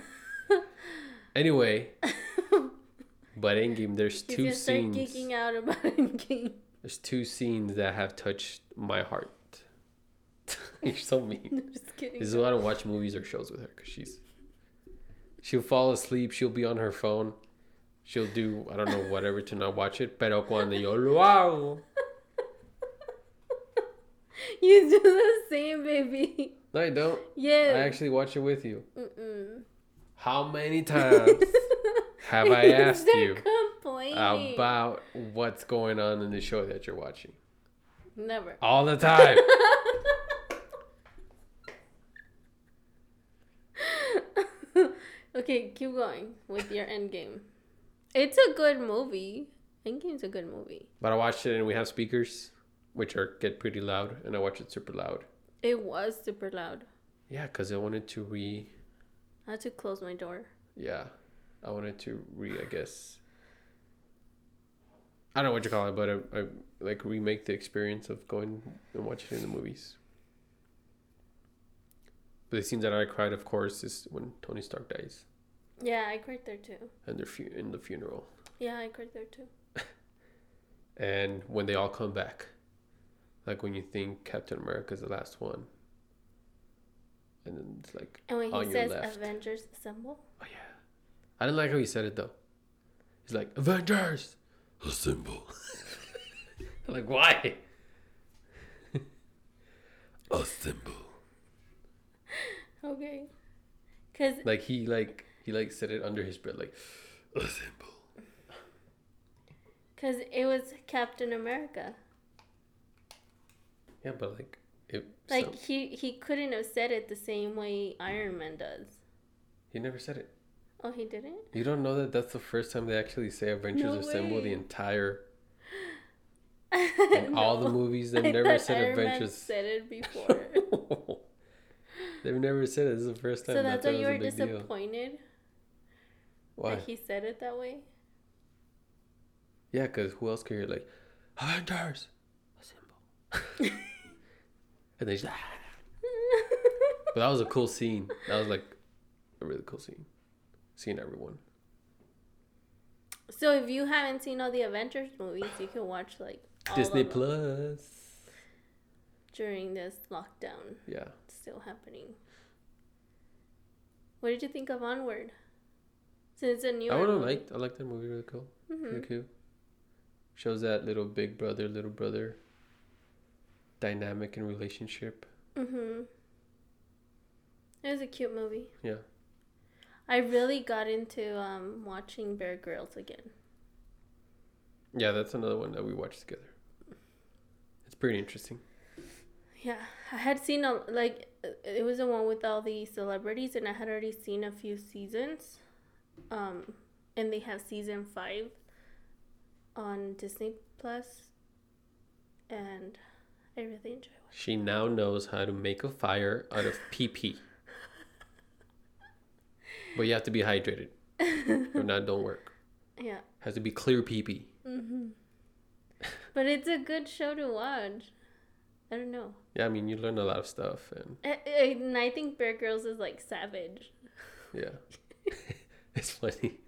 Speaker 1: anyway, but Endgame, there's
Speaker 2: He's
Speaker 1: two
Speaker 2: gonna start
Speaker 1: scenes.
Speaker 2: geeking out about Endgame.
Speaker 1: There's two scenes that have touched my heart. You're so mean.
Speaker 2: No, just kidding.
Speaker 1: This is why I don't watch movies or shows with her because she's she'll fall asleep, she'll be on her phone, she'll do I don't know whatever to not watch it. Pero cuando yo lo hago,
Speaker 2: You do the same, baby.
Speaker 1: no, I don't. I
Speaker 2: Yeah.
Speaker 1: actually watch it with you.
Speaker 2: Mm-mm.
Speaker 1: How many times have I asked
Speaker 2: They're
Speaker 1: you
Speaker 2: Complaining.
Speaker 1: about what's going on in the show that you're watching?
Speaker 2: Never.
Speaker 1: All the time.
Speaker 2: okay, keep going with your Endgame. It's a good movie. Endgame's a good movie.
Speaker 1: But I watched it and we have speakers. which are get pretty loud, and I watch it super loud.
Speaker 2: It was super loud.
Speaker 1: Yeah, because I wanted to re.
Speaker 2: I had to close my door.
Speaker 1: Yeah, I wanted to re. I guess. I don't know what you call it, but I, I like remake the experience of going and watching it in the movies. But the scene that I cried, of course, is when Tony Stark dies,
Speaker 2: Yeah, I cried there too.
Speaker 1: and their fu- in the funeral,
Speaker 2: Yeah, I cried there too.
Speaker 1: and when they all come back, like when you think Captain America's the last one, and then it's like
Speaker 2: And when he
Speaker 1: On your
Speaker 2: says
Speaker 1: Oh, left.
Speaker 2: Avengers Assemble,
Speaker 1: Oh yeah. I didn't like how he said it though. He's like, Avengers Assemble. like why? Assemble.
Speaker 2: okay. Because
Speaker 1: Like he like he like said it under his breath, like Assemble.
Speaker 2: cause it was Captain America.
Speaker 1: Yeah, but like it
Speaker 2: Like,
Speaker 1: some-
Speaker 2: he, he couldn't have said it the same way Iron Man does.
Speaker 1: he never said it.
Speaker 2: Oh, he didn't?
Speaker 1: You don't know that that's the first time they actually say Avengers
Speaker 2: No
Speaker 1: Assemble
Speaker 2: way.
Speaker 1: the entire in all the
Speaker 2: No.
Speaker 1: movies
Speaker 2: I
Speaker 1: they've never
Speaker 2: thought
Speaker 1: said
Speaker 2: Iron Man
Speaker 1: Avengers.
Speaker 2: said it before.
Speaker 1: they've never said it. This is the first time.
Speaker 2: so
Speaker 1: and I
Speaker 2: that's
Speaker 1: thought it
Speaker 2: why you
Speaker 1: was a
Speaker 2: were
Speaker 1: big deal.
Speaker 2: disappointed
Speaker 1: Why?
Speaker 2: that he said it that way?
Speaker 1: Yeah, because who else could hear like, Avengers, assemble. and they just, but that was a cool scene. That was like a really cool scene. Seeing everyone.
Speaker 2: so if you haven't seen all the Avengers movies, you can watch like all
Speaker 1: Disney
Speaker 2: of them
Speaker 1: Plus.
Speaker 2: during this lockdown.
Speaker 1: Yeah,
Speaker 2: It's still happening. What did you think of Onward? Since it's a new
Speaker 1: I would have liked. I like that movie. Really cool.
Speaker 2: Mm-hmm. Hmm.
Speaker 1: Really cool. Shows that little big brother, little brother dynamic and relationship.
Speaker 2: Mm-hmm. It was a cute movie.
Speaker 1: Yeah.
Speaker 2: I really got into um, watching Bear Grylls again.
Speaker 1: Yeah, that's another one that we watched together. It's pretty interesting.
Speaker 2: Yeah, I had seen a like uh, it was the one with all the celebrities, and I had already seen a few seasons, um, and they have season five on Disney Plus, and I really enjoy watching.
Speaker 1: She now knows how to make a fire out of pee pee. but you have to be hydrated. or not don't work.
Speaker 2: Yeah,
Speaker 1: Has to be clear pee pee.
Speaker 2: but it's a good show to watch. I don't know,
Speaker 1: Yeah, I mean you learn a lot of stuff and
Speaker 2: I, I- and I think Bear Girls is like savage.
Speaker 1: yeah. it's funny.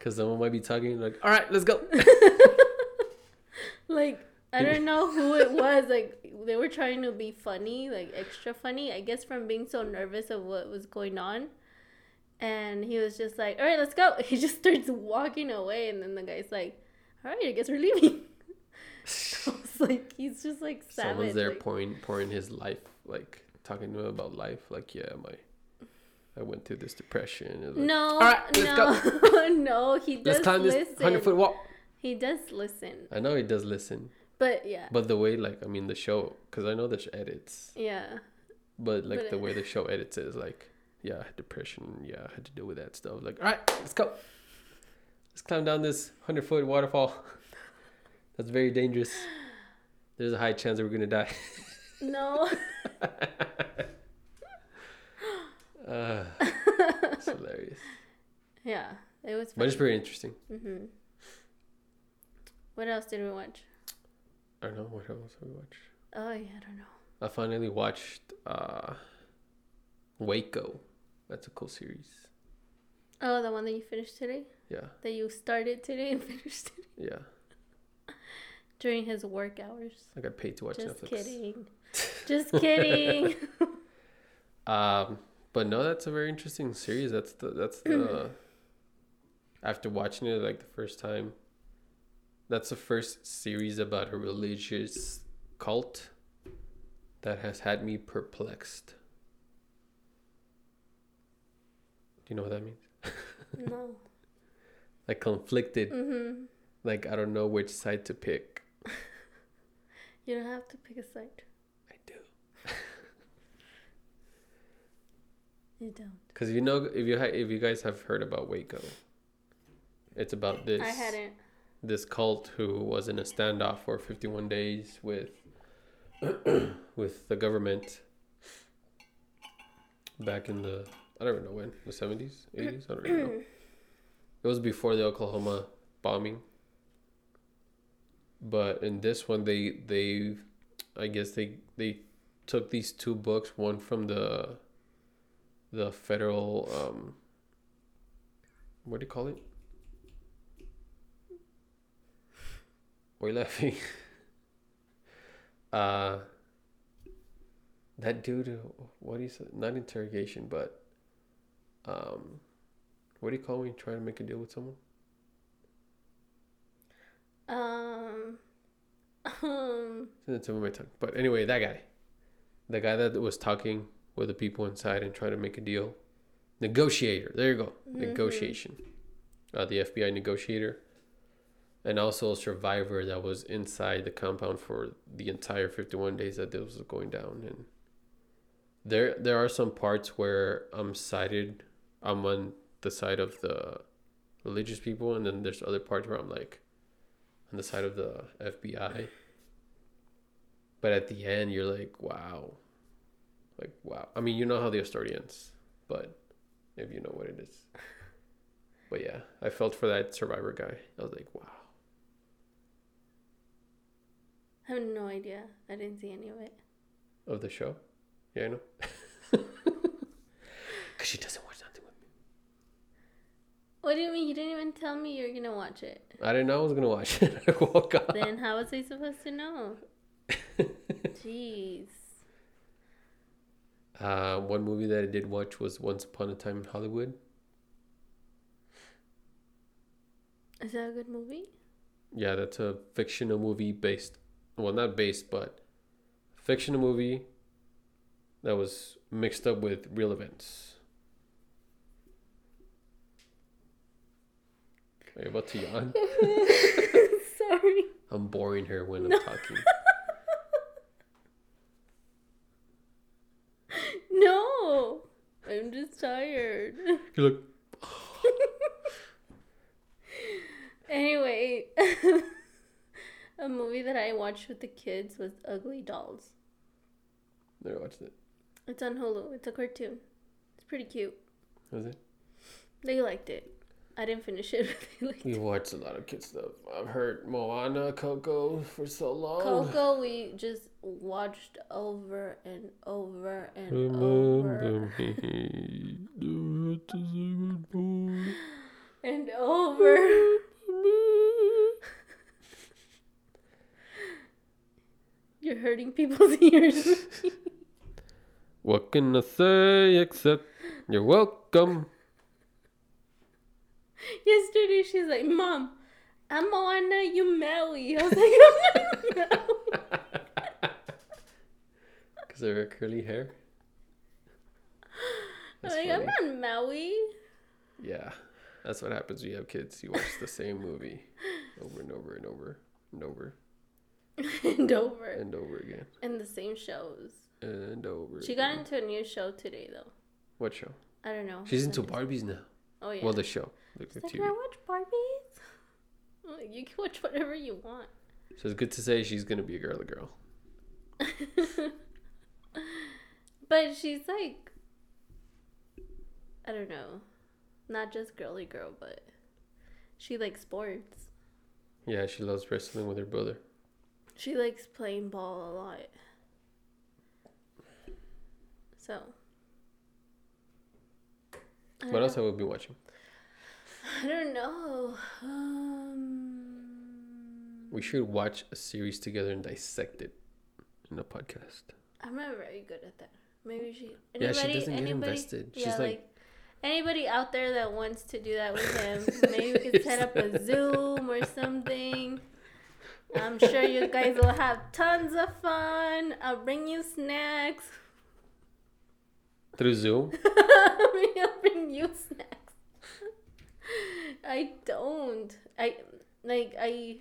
Speaker 1: Cause someone might be talking like, all right, let's go.
Speaker 2: Like I don't know who it was. Like they were trying to be funny, like extra funny. I guess from being so nervous of what was going on, and he was just like, "All right, let's go." He just starts walking away, and then the guy's like, "All right, I guess we're leaving." I was like, he's just like savage.
Speaker 1: Someone's there
Speaker 2: like-
Speaker 1: pouring pouring his life, like talking to him about life, like, yeah, my I went through this depression. and like,
Speaker 2: no,
Speaker 1: right, let's
Speaker 2: no, no. He does
Speaker 1: let's climb this
Speaker 2: listen.
Speaker 1: hundred foot wall.
Speaker 2: He does listen,
Speaker 1: I know he does listen.
Speaker 2: but yeah,
Speaker 1: But the way, like, I mean, the show, because I know the sh- edits,
Speaker 2: yeah,
Speaker 1: but like
Speaker 2: But
Speaker 1: the
Speaker 2: it-
Speaker 1: way the show edits it is like, yeah, I had depression, yeah, I had to deal with that stuff. Like, all right, let's go. Let's climb down this 100 foot waterfall. That's very dangerous. There's a high chance that we're going to die.
Speaker 2: no.
Speaker 1: Uh, it's hilarious.
Speaker 2: yeah, it was.
Speaker 1: But
Speaker 2: Funny.
Speaker 1: it's pretty interesting.
Speaker 2: Mm-hmm. What else did we watch?
Speaker 1: I don't know what else have we watched.
Speaker 2: Oh, yeah, I don't know.
Speaker 1: I finally watched uh, Waco. That's a cool series.
Speaker 2: Oh, the one that you finished today?
Speaker 1: Yeah,
Speaker 2: That you started today and finished today?
Speaker 1: yeah.
Speaker 2: During his work hours.
Speaker 1: I got paid to watch
Speaker 2: Just
Speaker 1: Netflix.
Speaker 2: kidding. Just kidding.
Speaker 1: Um, but no, that's a very interesting series. That's the that's the after watching it like the first time. That's the first series about a religious cult that has had me perplexed. Do you know what that means?
Speaker 2: no.
Speaker 1: Like conflicted.
Speaker 2: Mm-hmm.
Speaker 1: Like I don't know which side to pick.
Speaker 2: You don't have to pick a side.
Speaker 1: I do.
Speaker 2: You don't.
Speaker 1: Cause if you know if you ha- if you guys have heard about Waco, it's about this.
Speaker 2: I hadn't.
Speaker 1: this cult who was in a standoff for 51 days with with the government back in the I don't even know when the 70s 80s I don't even know it was before the Oklahoma bombing but in this one they they I guess they they took these two books one from the the federal um what do you call it Why are you laughing? Uh, that dude, who- what do you say? Not interrogation, but um, what do you call when you try to make a deal with someone?
Speaker 2: Um, um,
Speaker 1: It's in the tip of my tongue. But anyway, that guy, the guy that was talking with the people inside and trying to make a deal, negotiator. There you go, negotiation. Uh, the FBI negotiator, and also a survivor that was inside the compound for the entire fifty-one days that this was going down. And there, there are some parts where I'm sided. I'm on the side of the religious people, and then there's other parts where I'm like on the side of the FBI but at the end you're like wow like wow i mean you know how the story ends but if you know what it is but yeah i felt for that survivor guy i was like wow
Speaker 2: I have no idea. I didn't see any of it.
Speaker 1: of the show yeah i know because she doesn't watch nothing with me
Speaker 2: What do you mean? You didn't even tell me you're gonna watch it.
Speaker 1: i didn't know i was gonna watch it i woke up
Speaker 2: Then how was I supposed to know? Jeez.
Speaker 1: uh, one movie that i did watch was once upon a time in hollywood
Speaker 2: Is that a good movie?
Speaker 1: Yeah, that's a fictional movie based, well, not based, but fictional movie that was mixed up with real events. Are you about to yawn?
Speaker 2: Sorry.
Speaker 1: I'm boring her when I'm talking.
Speaker 2: No. I'm just tired.
Speaker 1: You're like,
Speaker 2: Anyway, a movie that I watched with the kids was Ugly Dolls.
Speaker 1: never watched it.
Speaker 2: It's on Hulu. It's a cartoon. It's pretty cute.
Speaker 1: Was it?
Speaker 2: They liked it. I didn't finish it, but they liked
Speaker 1: We watched a lot of kid stuff. I've heard Moana, Coco for so long.
Speaker 2: Coco, we just watched over and over and over
Speaker 1: me. Do it to say goodbye.
Speaker 2: and over. You're hurting people's ears.
Speaker 1: What can I say except you're welcome?
Speaker 2: Yesterday, she's like, "Mom, I'm Moana, you Maui." I was like, "I'm not Maui."
Speaker 1: Because of her curly hair?
Speaker 2: I'm
Speaker 1: That's
Speaker 2: like,
Speaker 1: funny.
Speaker 2: "I'm not Maui."
Speaker 1: Yeah, that's what happens when you have kids. You watch the same movie over and over and over and over
Speaker 2: and over
Speaker 1: and over again
Speaker 2: and the same shows.
Speaker 1: and over.
Speaker 2: She got
Speaker 1: again.
Speaker 2: into a new show today, though.
Speaker 1: What show?
Speaker 2: I don't know.
Speaker 1: She's into Barbies now.
Speaker 2: Oh yeah.
Speaker 1: Well, the show. The
Speaker 2: It's
Speaker 1: the
Speaker 2: like,
Speaker 1: TV.
Speaker 2: can I watch Barbies? I'm like, you can watch whatever you want.
Speaker 1: So it's good to say she's going to be a girly girl.
Speaker 2: But she's like, I don't know, not just girly girl, but she likes sports.
Speaker 1: Yeah, she loves wrestling with her brother.
Speaker 2: She likes playing ball a lot. So. I don't
Speaker 1: What
Speaker 2: know.
Speaker 1: else have we been watching?
Speaker 2: I don't know. Um,
Speaker 1: We should watch a series together and dissect it in a podcast.
Speaker 2: I'm not very good at that. Maybe she.
Speaker 1: Yeah,
Speaker 2: Anybody,
Speaker 1: she doesn't get
Speaker 2: anybody,
Speaker 1: invested. She's
Speaker 2: yeah,
Speaker 1: like-
Speaker 2: like, anybody out there that wants to do that with him, maybe we could set up a Zoom or something. I'm sure you guys will have tons of fun. I'll bring you snacks.
Speaker 1: Through Zoom?
Speaker 2: I'll bring you snacks. I don't. I like I.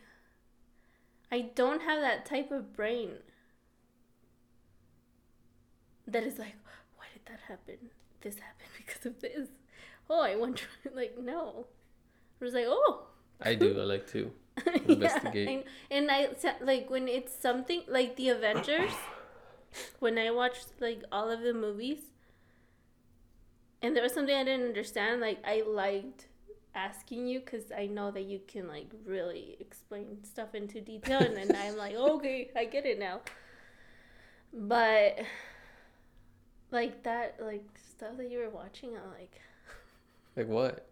Speaker 2: I don't have that type of brain. That is like, why did that happen? This happened because of this. Oh, I wonder. Like no, I was like, oh,
Speaker 1: I do. I like to. Investigate.
Speaker 2: and, and I sa- like when it's something like the Avengers. when I watched like all of the movies, and there was something I didn't understand, like I liked asking you because I know that you can like really explain stuff into detail, and then I'm like, okay, I get it now. But like that, like stuff that you were watching, I'm like,
Speaker 1: Like what?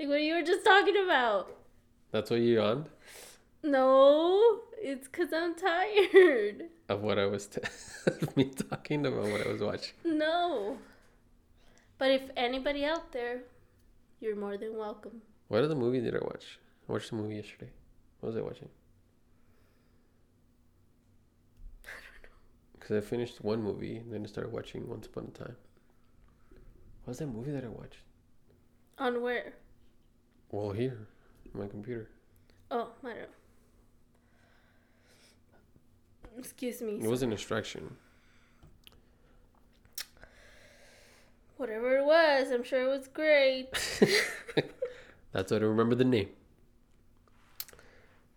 Speaker 2: like what you were just talking about.
Speaker 1: That's what you yawned?
Speaker 2: No, it's because I'm tired.
Speaker 1: Of what I was t- me talking about what I was watching.
Speaker 2: No. But if anybody out there, you're more than welcome.
Speaker 1: What other movie did I watch? I watched a movie yesterday. What was I watching? Because I finished one movie and then I started watching Once Upon a Time. What was that movie that I watched?
Speaker 2: On where?
Speaker 1: Well, here, on my computer.
Speaker 2: Oh, I don't know. Excuse me.
Speaker 1: It was an distraction.
Speaker 2: Whatever it was, I'm sure it was great.
Speaker 1: That's why I remember the name.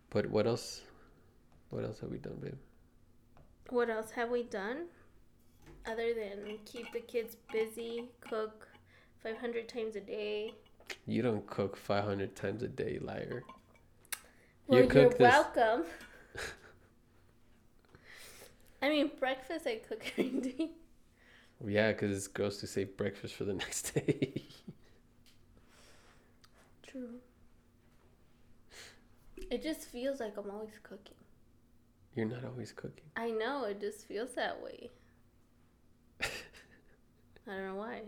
Speaker 1: But what else? What else have we done, babe?
Speaker 2: What else have we done? Other than keep the kids busy, cook 500 times a day.
Speaker 1: You don't cook 500 times a day, liar.
Speaker 2: Well, you are
Speaker 1: cook this-
Speaker 2: welcome. I mean, breakfast I cook every day.
Speaker 1: Yeah, because it's gross to say breakfast for the next day.
Speaker 2: True. It just feels like I'm always cooking.
Speaker 1: You're not always cooking.
Speaker 2: I know, it just feels that way. I don't know why.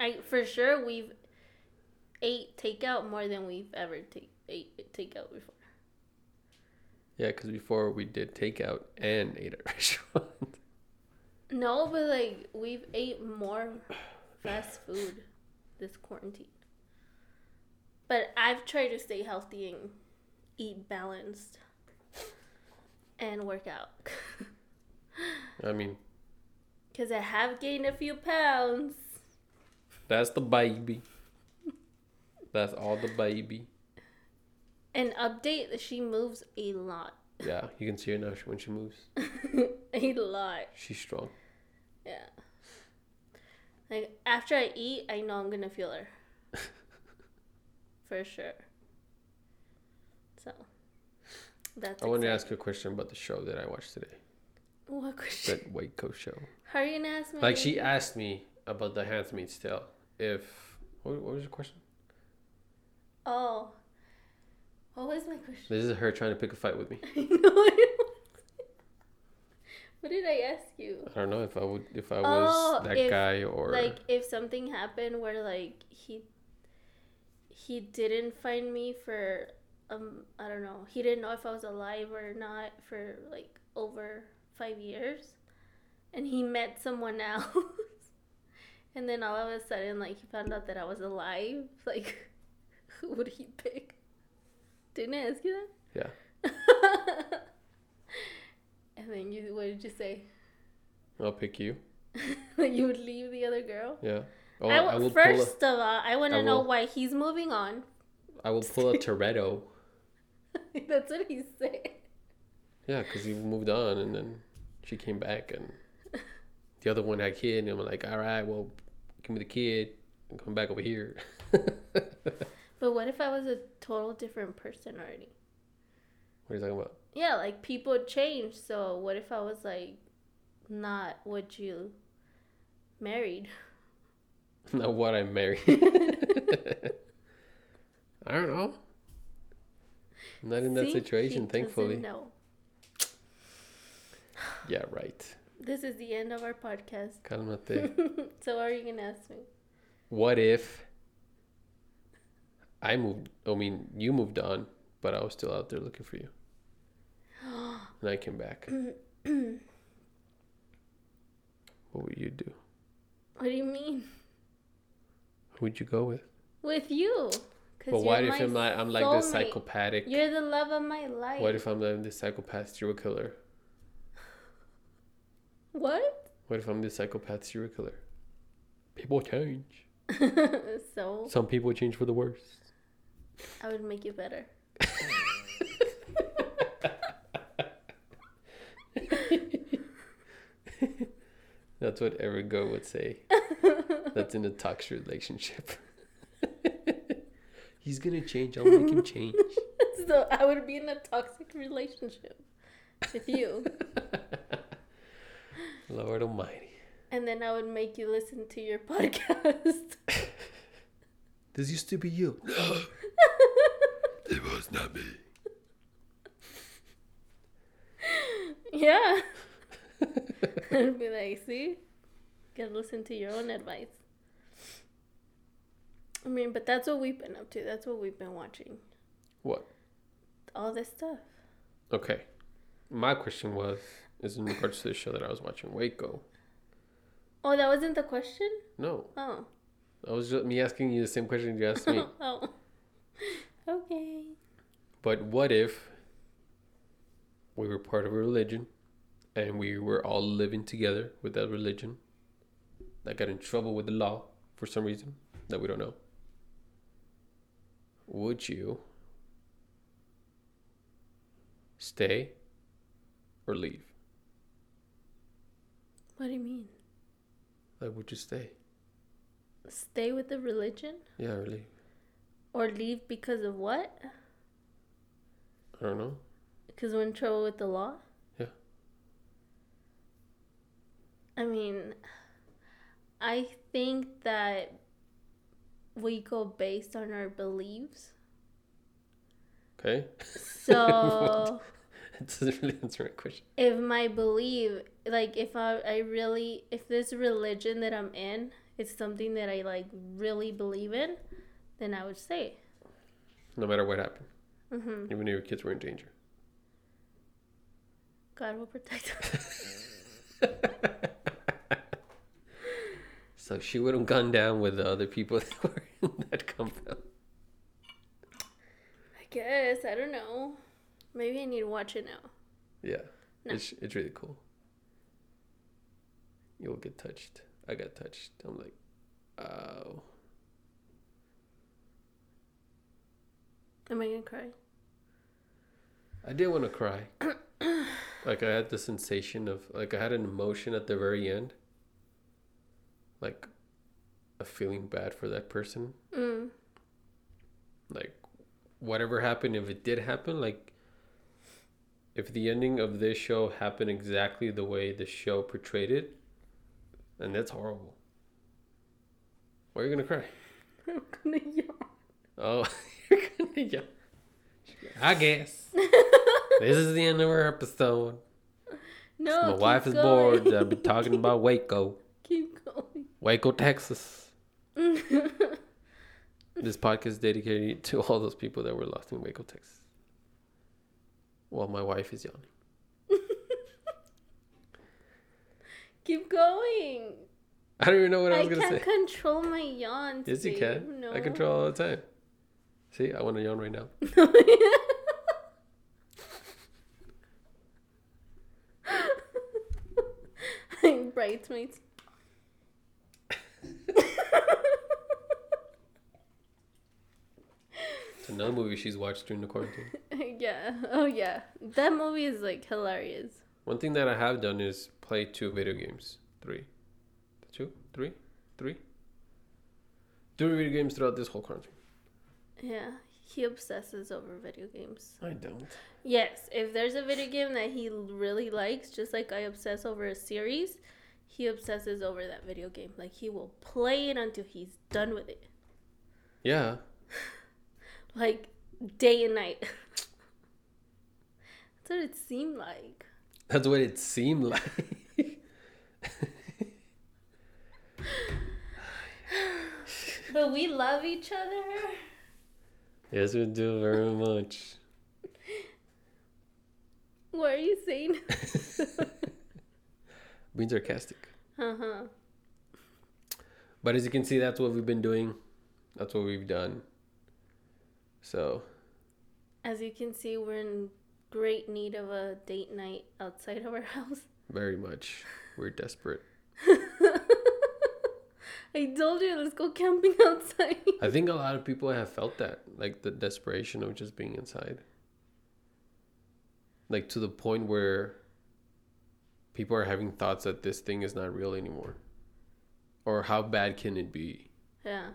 Speaker 2: I for sure we've ate takeout more than we've ever take ate takeout before.
Speaker 1: Yeah, because before we did takeout and ate at restaurant.
Speaker 2: No, but like we've ate more fast food this quarantine. But I've tried to stay healthy and eat balanced and work out.
Speaker 1: I mean,
Speaker 2: Because I have gained a few pounds.
Speaker 1: that's the baby. That's all the baby.
Speaker 2: An update that she moves a lot.
Speaker 1: Yeah, you can see her now when she moves.
Speaker 2: a lot.
Speaker 1: She's strong.
Speaker 2: Yeah. Like, after I eat, I know I'm going to feel her. For sure. So, that's
Speaker 1: I want to
Speaker 2: exciting.
Speaker 1: ask you a question about the show that I watched today.
Speaker 2: What question?
Speaker 1: That White Coat show.
Speaker 2: How are you going to ask me?
Speaker 1: Like she asked me about the Handmaid's Tale. If what, what was your question?
Speaker 2: Oh. What was my question?
Speaker 1: This is her trying to pick a fight with me.
Speaker 2: I know it was. What did I ask you?
Speaker 1: I don't know if I would if I
Speaker 2: Oh,
Speaker 1: was that
Speaker 2: if,
Speaker 1: guy or
Speaker 2: like if something happened where like he he didn't find me for um i don't know he didn't know if i was alive or not for like over five years and he met someone else and then all of a sudden like he found out that i was alive like who would he pick didn't i ask you
Speaker 1: yeah.
Speaker 2: that and then you what did you say
Speaker 1: I'll pick you.
Speaker 2: you would leave the other girl
Speaker 1: Yeah. Oh,
Speaker 2: I
Speaker 1: I,
Speaker 2: w-
Speaker 1: will pull.
Speaker 2: first of all, I want
Speaker 1: I
Speaker 2: to know
Speaker 1: will-
Speaker 2: why he's moving on.
Speaker 1: A, I will pull a Toretto.
Speaker 2: That's what he said.
Speaker 1: Yeah, because you moved on, and then she came back, and the other one had kid, and I'm like, all right, well, give me the kid, and come back over here. what
Speaker 2: But what if I was a total different person already?
Speaker 1: are you talking about?
Speaker 2: Yeah, like people change. So what if I was like not what you married?
Speaker 1: Not what I married. I don't know. I'm not in that
Speaker 2: See? He
Speaker 1: situation,
Speaker 2: doesn't
Speaker 1: thankfully.
Speaker 2: know.
Speaker 1: Yeah, right.
Speaker 2: This is the end of our podcast.
Speaker 1: Cálmate.
Speaker 2: so what are you gonna ask me?
Speaker 1: what if I moved? I mean, you moved on, but I was still out there looking for you, and I came back.
Speaker 2: Mm.
Speaker 1: what would you do?
Speaker 2: What do you mean
Speaker 1: Who would you go with?
Speaker 2: with you? Because
Speaker 1: But what if I'm like I'm like this psychopathic?
Speaker 2: You're the love of my life.
Speaker 1: What if I'm like this psychopath serial killer?
Speaker 2: what?
Speaker 1: What if I'm this psychopath serial killer? People change.
Speaker 2: so
Speaker 1: Some people change for the worse.
Speaker 2: I would make you better.
Speaker 1: That's what Eric Go would say. That's in a toxic relationship. He's gonna change. I'll make him change.
Speaker 2: so I would be in a toxic relationship with you.
Speaker 1: Lord Almighty.
Speaker 2: and then I would make you listen to your podcast.
Speaker 1: This used to be you. No, it was not me.
Speaker 2: yeah. I'd be like, see? You gotta listen to your own advice. I mean, but that's what we've been up to. That's what we've been watching.
Speaker 1: What?
Speaker 2: All this stuff.
Speaker 1: Okay. My question was is in regards to the show that I was watching, Waco.
Speaker 2: Oh, that wasn't the question?
Speaker 1: No.
Speaker 2: Oh.
Speaker 1: I was just me asking you the same question you asked me.
Speaker 2: oh. Okay.
Speaker 1: But what if we were part of a religion and we were all living together with that religion that got in trouble with the law for some reason that we don't know? Would you stay or leave?
Speaker 2: What do you mean?
Speaker 1: Like, would you stay?
Speaker 2: Stay with the religion?
Speaker 1: Yeah, or leave?
Speaker 2: Or leave because of what?
Speaker 1: I don't know.
Speaker 2: Because we're in trouble with the law?
Speaker 1: Yeah.
Speaker 2: I mean, I think that we go based on our beliefs.
Speaker 1: Okay.
Speaker 2: So
Speaker 1: That doesn't really answer my question.
Speaker 2: if my belief, like if I, I really, if this religion that I'm in is something that I like really believe in, then I would say,
Speaker 1: No matter what happened,
Speaker 2: mm-hmm,
Speaker 1: even if your kids were in danger.
Speaker 2: God will protect us.
Speaker 1: so she would have gone down with the other people that were in that compound.
Speaker 2: I guess, I don't know. Maybe I need to watch it now.
Speaker 1: Yeah.
Speaker 2: No.
Speaker 1: It's, it's really cool. You'll get touched. I got touched. I'm like, oh.
Speaker 2: Am I gonna cry?
Speaker 1: I did want to cry. like I had the sensation of like I had an emotion at the very end. Like a feeling bad for that person.
Speaker 2: Mm.
Speaker 1: Like whatever happened, if it did happen, like if the ending of this show happened exactly the way the show portrayed it, then that's horrible. Why are you gonna cry?
Speaker 2: I'm gonna yawn.
Speaker 1: Oh, you're gonna yawn. I guess this is the end of our episode.
Speaker 2: No,
Speaker 1: My
Speaker 2: keep
Speaker 1: wife is
Speaker 2: going.
Speaker 1: bored. I've been talking about Waco,
Speaker 2: keep going.
Speaker 1: Waco, Texas. This podcast is dedicated to all those people that were lost in Waco, Texas. While my wife is yawning.
Speaker 2: keep going.
Speaker 1: I don't even know what I
Speaker 2: I,
Speaker 1: was gonna
Speaker 2: can't
Speaker 1: say.
Speaker 2: control my yawns.
Speaker 1: Yes, you
Speaker 2: babe.
Speaker 1: can.
Speaker 2: No.
Speaker 1: I control all the time. See, I want to yawn right now.
Speaker 2: Bridesmaids.
Speaker 1: It's another movie she's watched during the quarantine.
Speaker 2: yeah. Oh yeah. That movie is like hilarious.
Speaker 1: One thing that I have done is play two video games. Three. Two? Three? Three? Two video games throughout this whole quarantine.
Speaker 2: Yeah. He obsesses over video games.
Speaker 1: I don't.
Speaker 2: Yes, if there's a video game that he l- really likes, just like I obsess over a series, he obsesses over that video game. Like he will play it until he's done with it.
Speaker 1: Yeah.
Speaker 2: Like day and night. That's what it seemed like.
Speaker 1: That's what it seemed like.
Speaker 2: But we love each other.
Speaker 1: yes, we do very much.
Speaker 2: What are you saying?
Speaker 1: Being sarcastic.
Speaker 2: Uh huh.
Speaker 1: But as you can see, that's what we've been doing. That's what we've done. So,
Speaker 2: As you can see, we're in great need of a date night outside of our house.
Speaker 1: very much. We're desperate.
Speaker 2: I told you, let's go camping outside.
Speaker 1: I think a lot of people have felt that, like the desperation of just being inside. Like to the point where people are having thoughts that this thing is not real anymore, or how bad can it be?
Speaker 2: Yeah.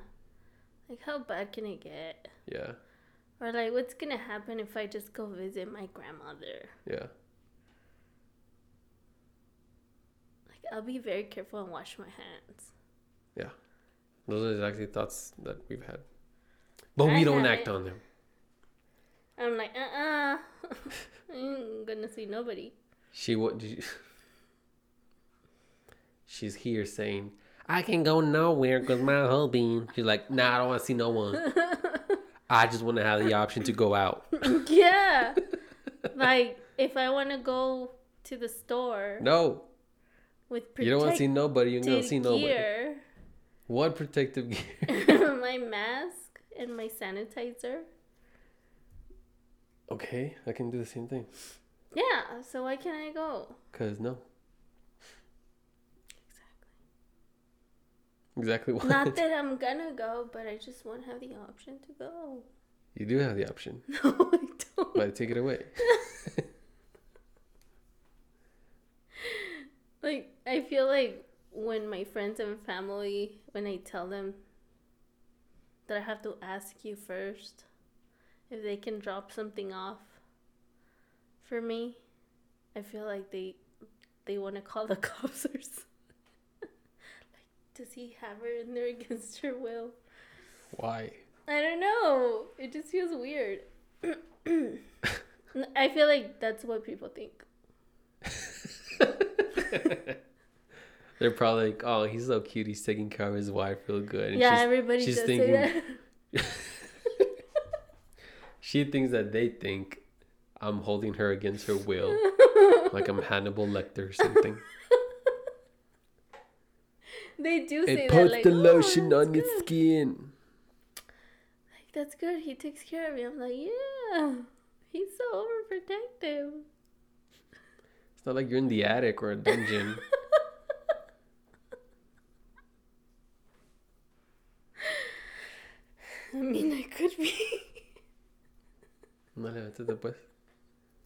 Speaker 2: Like, how bad can it get?
Speaker 1: Yeah,
Speaker 2: Or, like, what's gonna happen if I just go visit my grandmother?
Speaker 1: yeah,
Speaker 2: Like, I'll be very careful and wash my hands.
Speaker 1: yeah. Those are exactly thoughts that we've had, but
Speaker 2: I
Speaker 1: we don't
Speaker 2: had
Speaker 1: act
Speaker 2: it.
Speaker 1: on them.
Speaker 2: I'm like, uh uh I'm gonna see nobody.
Speaker 1: She what? She's here saying, "I can go nowhere because my whole being." She's like, "Nah, I don't want to see no one. I just want to have the option to go out."
Speaker 2: yeah. like, if I wanna go to the store
Speaker 1: No,
Speaker 2: with
Speaker 1: you don't want to see
Speaker 2: protective
Speaker 1: nobody. You're gonna see nobody.
Speaker 2: gear,
Speaker 1: What protective gear?
Speaker 2: my mask, and my sanitizer.
Speaker 1: Okay, I can do the same thing.
Speaker 2: Yeah, so why can't I go?
Speaker 1: Cause no. Exactly what
Speaker 2: Not that I'm gonna go, but I just won't have the option to go.
Speaker 1: you do have the option,
Speaker 2: No, I don't.
Speaker 1: but take it away.
Speaker 2: Like, I feel like when my friends and family, when I tell them that I have to ask you first if they can drop something off for me, I feel like they they want to call the cops or something. like, does he have her in there against her will?
Speaker 1: Why?
Speaker 2: I don't know. It just feels weird. I feel like that's what people think.
Speaker 1: They're probably like, oh, he's so cute. He's taking care of his wife real good. And
Speaker 2: yeah,
Speaker 1: she's-
Speaker 2: everybody
Speaker 1: she's
Speaker 2: does
Speaker 1: thinking-
Speaker 2: say that.
Speaker 1: she thinks that they think I'm holding her against her will, like I'm Hannibal Lecter or something.
Speaker 2: They do say
Speaker 1: It
Speaker 2: that.
Speaker 1: puts
Speaker 2: Like,
Speaker 1: the
Speaker 2: "Oh,
Speaker 1: lotion
Speaker 2: that's
Speaker 1: on
Speaker 2: good.
Speaker 1: its skin.
Speaker 2: Like, that's good. He takes care of me. I'm like, yeah. He's so overprotective.
Speaker 1: It's not like you're in the attic or a dungeon.
Speaker 2: I mean, I could be.
Speaker 1: No le metes después.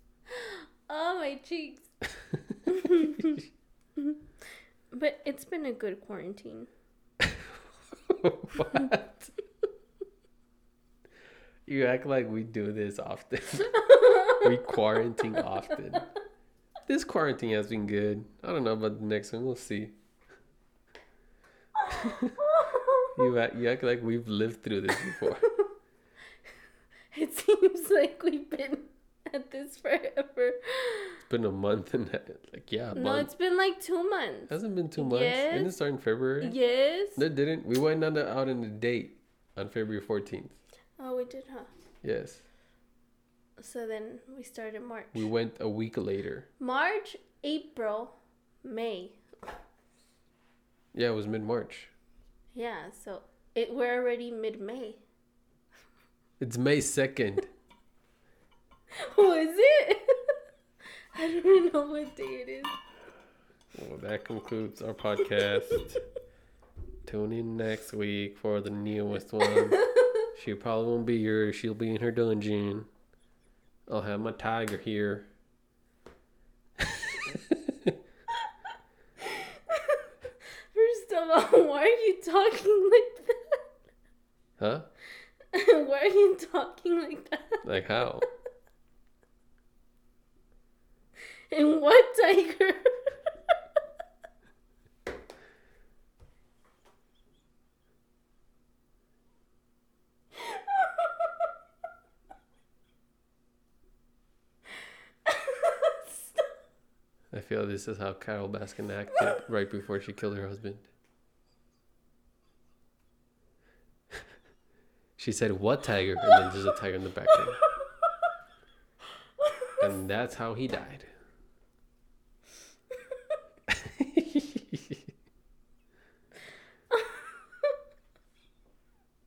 Speaker 2: oh, my cheeks. But it's been a good quarantine.
Speaker 1: what? You act like we do this often. we quarantine often. This quarantine has been good. I don't know about the next one. We'll see. You act, you act like we've lived through this before.
Speaker 2: It seems like we've been at this forever.
Speaker 1: It's been a month and a- like yeah, a
Speaker 2: No,
Speaker 1: month.
Speaker 2: it's been like two months.
Speaker 1: hasn't been two months. Didn't it
Speaker 2: Yes.
Speaker 1: start in February?
Speaker 2: Yes.
Speaker 1: No, it didn't. We went on a, out on a date on February fourteenth.
Speaker 2: Oh, we did, huh?
Speaker 1: Yes,
Speaker 2: So then we started March.
Speaker 1: we went a week later.
Speaker 2: March, April, May.
Speaker 1: Yeah, it was mid March.
Speaker 2: Yeah, so it we're already mid May.
Speaker 1: It's May second.
Speaker 2: Who Oh, is it? I don't even know what day it is.
Speaker 1: Well, that concludes our podcast. Tune in next week for the newest one. She probably won't be here. She'll be in her dungeon. I'll have my tiger here.
Speaker 2: First of all, why are you talking like
Speaker 1: Huh?
Speaker 2: that? why are you talking like that?
Speaker 1: Like how?
Speaker 2: And what tiger?
Speaker 1: I feel this is how Carol Baskin acted right before she killed her husband. she said, What tiger? And then there's a tiger in the background. And that's how he died.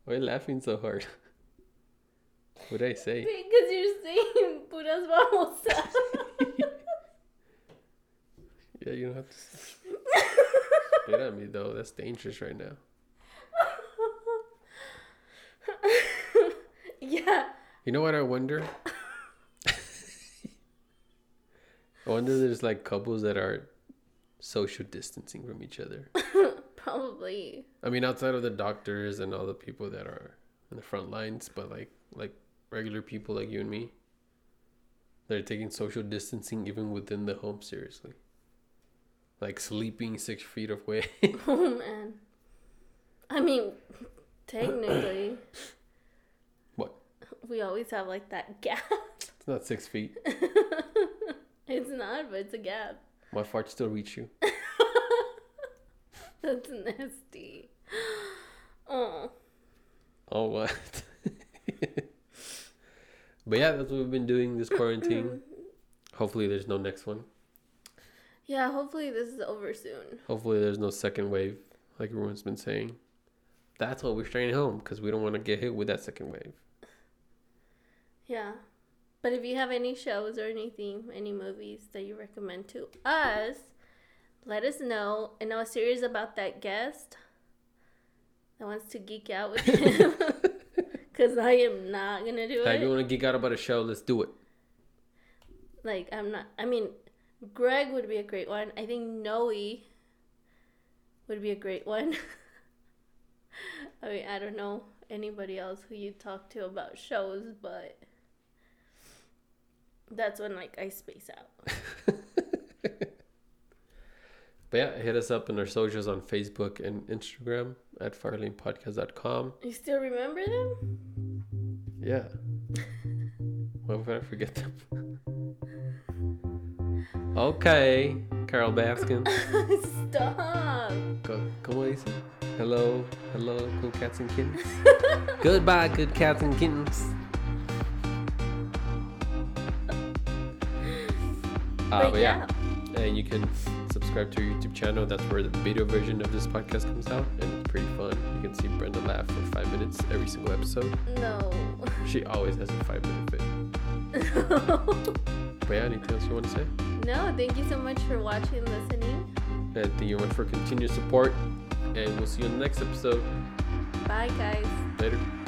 Speaker 1: Why are you laughing so hard? What did I say?
Speaker 2: Because you're saying puras vamos a.
Speaker 1: Yeah, you don't have to spit at me though. That's dangerous right now.
Speaker 2: yeah.
Speaker 1: You know what I wonder? I wonder there's like couples that are social distancing from each other.
Speaker 2: Probably.
Speaker 1: I mean, outside of the doctors and all the people that are in the front lines, but like like regular people like you and me, they're taking social distancing even within the home seriously. Like sleeping six feet away.
Speaker 2: Oh man. I mean, technically,
Speaker 1: what?
Speaker 2: we always have like that gap.
Speaker 1: It's not six feet.
Speaker 2: It's not, but it's a gap.
Speaker 1: My fart still reach you.
Speaker 2: That's nasty. Oh.
Speaker 1: Oh what? but yeah, that's what we've been doing this quarantine. Hopefully, there's no next one.
Speaker 2: Yeah, hopefully this is over soon.
Speaker 1: Hopefully, there's no second wave, like everyone's been saying. That's why we're staying home because we don't want to get hit with that second wave.
Speaker 2: Yeah. But if you have any shows or anything, any movies that you recommend to us, let us know. I know a series about that guest that wants to geek out with him. Because I am not going to do
Speaker 1: Hey,
Speaker 2: it.
Speaker 1: if you want to geek out about a show, let's do it.
Speaker 2: Like, I'm not. I mean, Greg would be a great one. I think Noe would be a great one. I mean, I don't know anybody else who you talk to about shows, but that's when, like, I space out.
Speaker 1: But yeah, hit us up on our socials on Facebook and Instagram at firelanepodcast.com.
Speaker 2: You still remember them?
Speaker 1: Yeah. Why would I forget them? Okay, Carol Baskin.
Speaker 2: Stop.
Speaker 1: Co- ¿Cómo dice? Hello, hello, cool cats and kittens. Goodbye, good cats and kittens. Uh,
Speaker 2: But
Speaker 1: but yeah, and you can subscribe to our YouTube channel. That's where the video version of this podcast comes out, and it's pretty fun. You can see Brenda laugh for five minutes every single episode.
Speaker 2: No.
Speaker 1: She always has a five minute fit. But yeah, anything else you want to say?
Speaker 2: no, thank you so much for watching and listening.
Speaker 1: And thank you for continued support, and we'll see you in the next episode.
Speaker 2: Bye, guys.
Speaker 1: Later.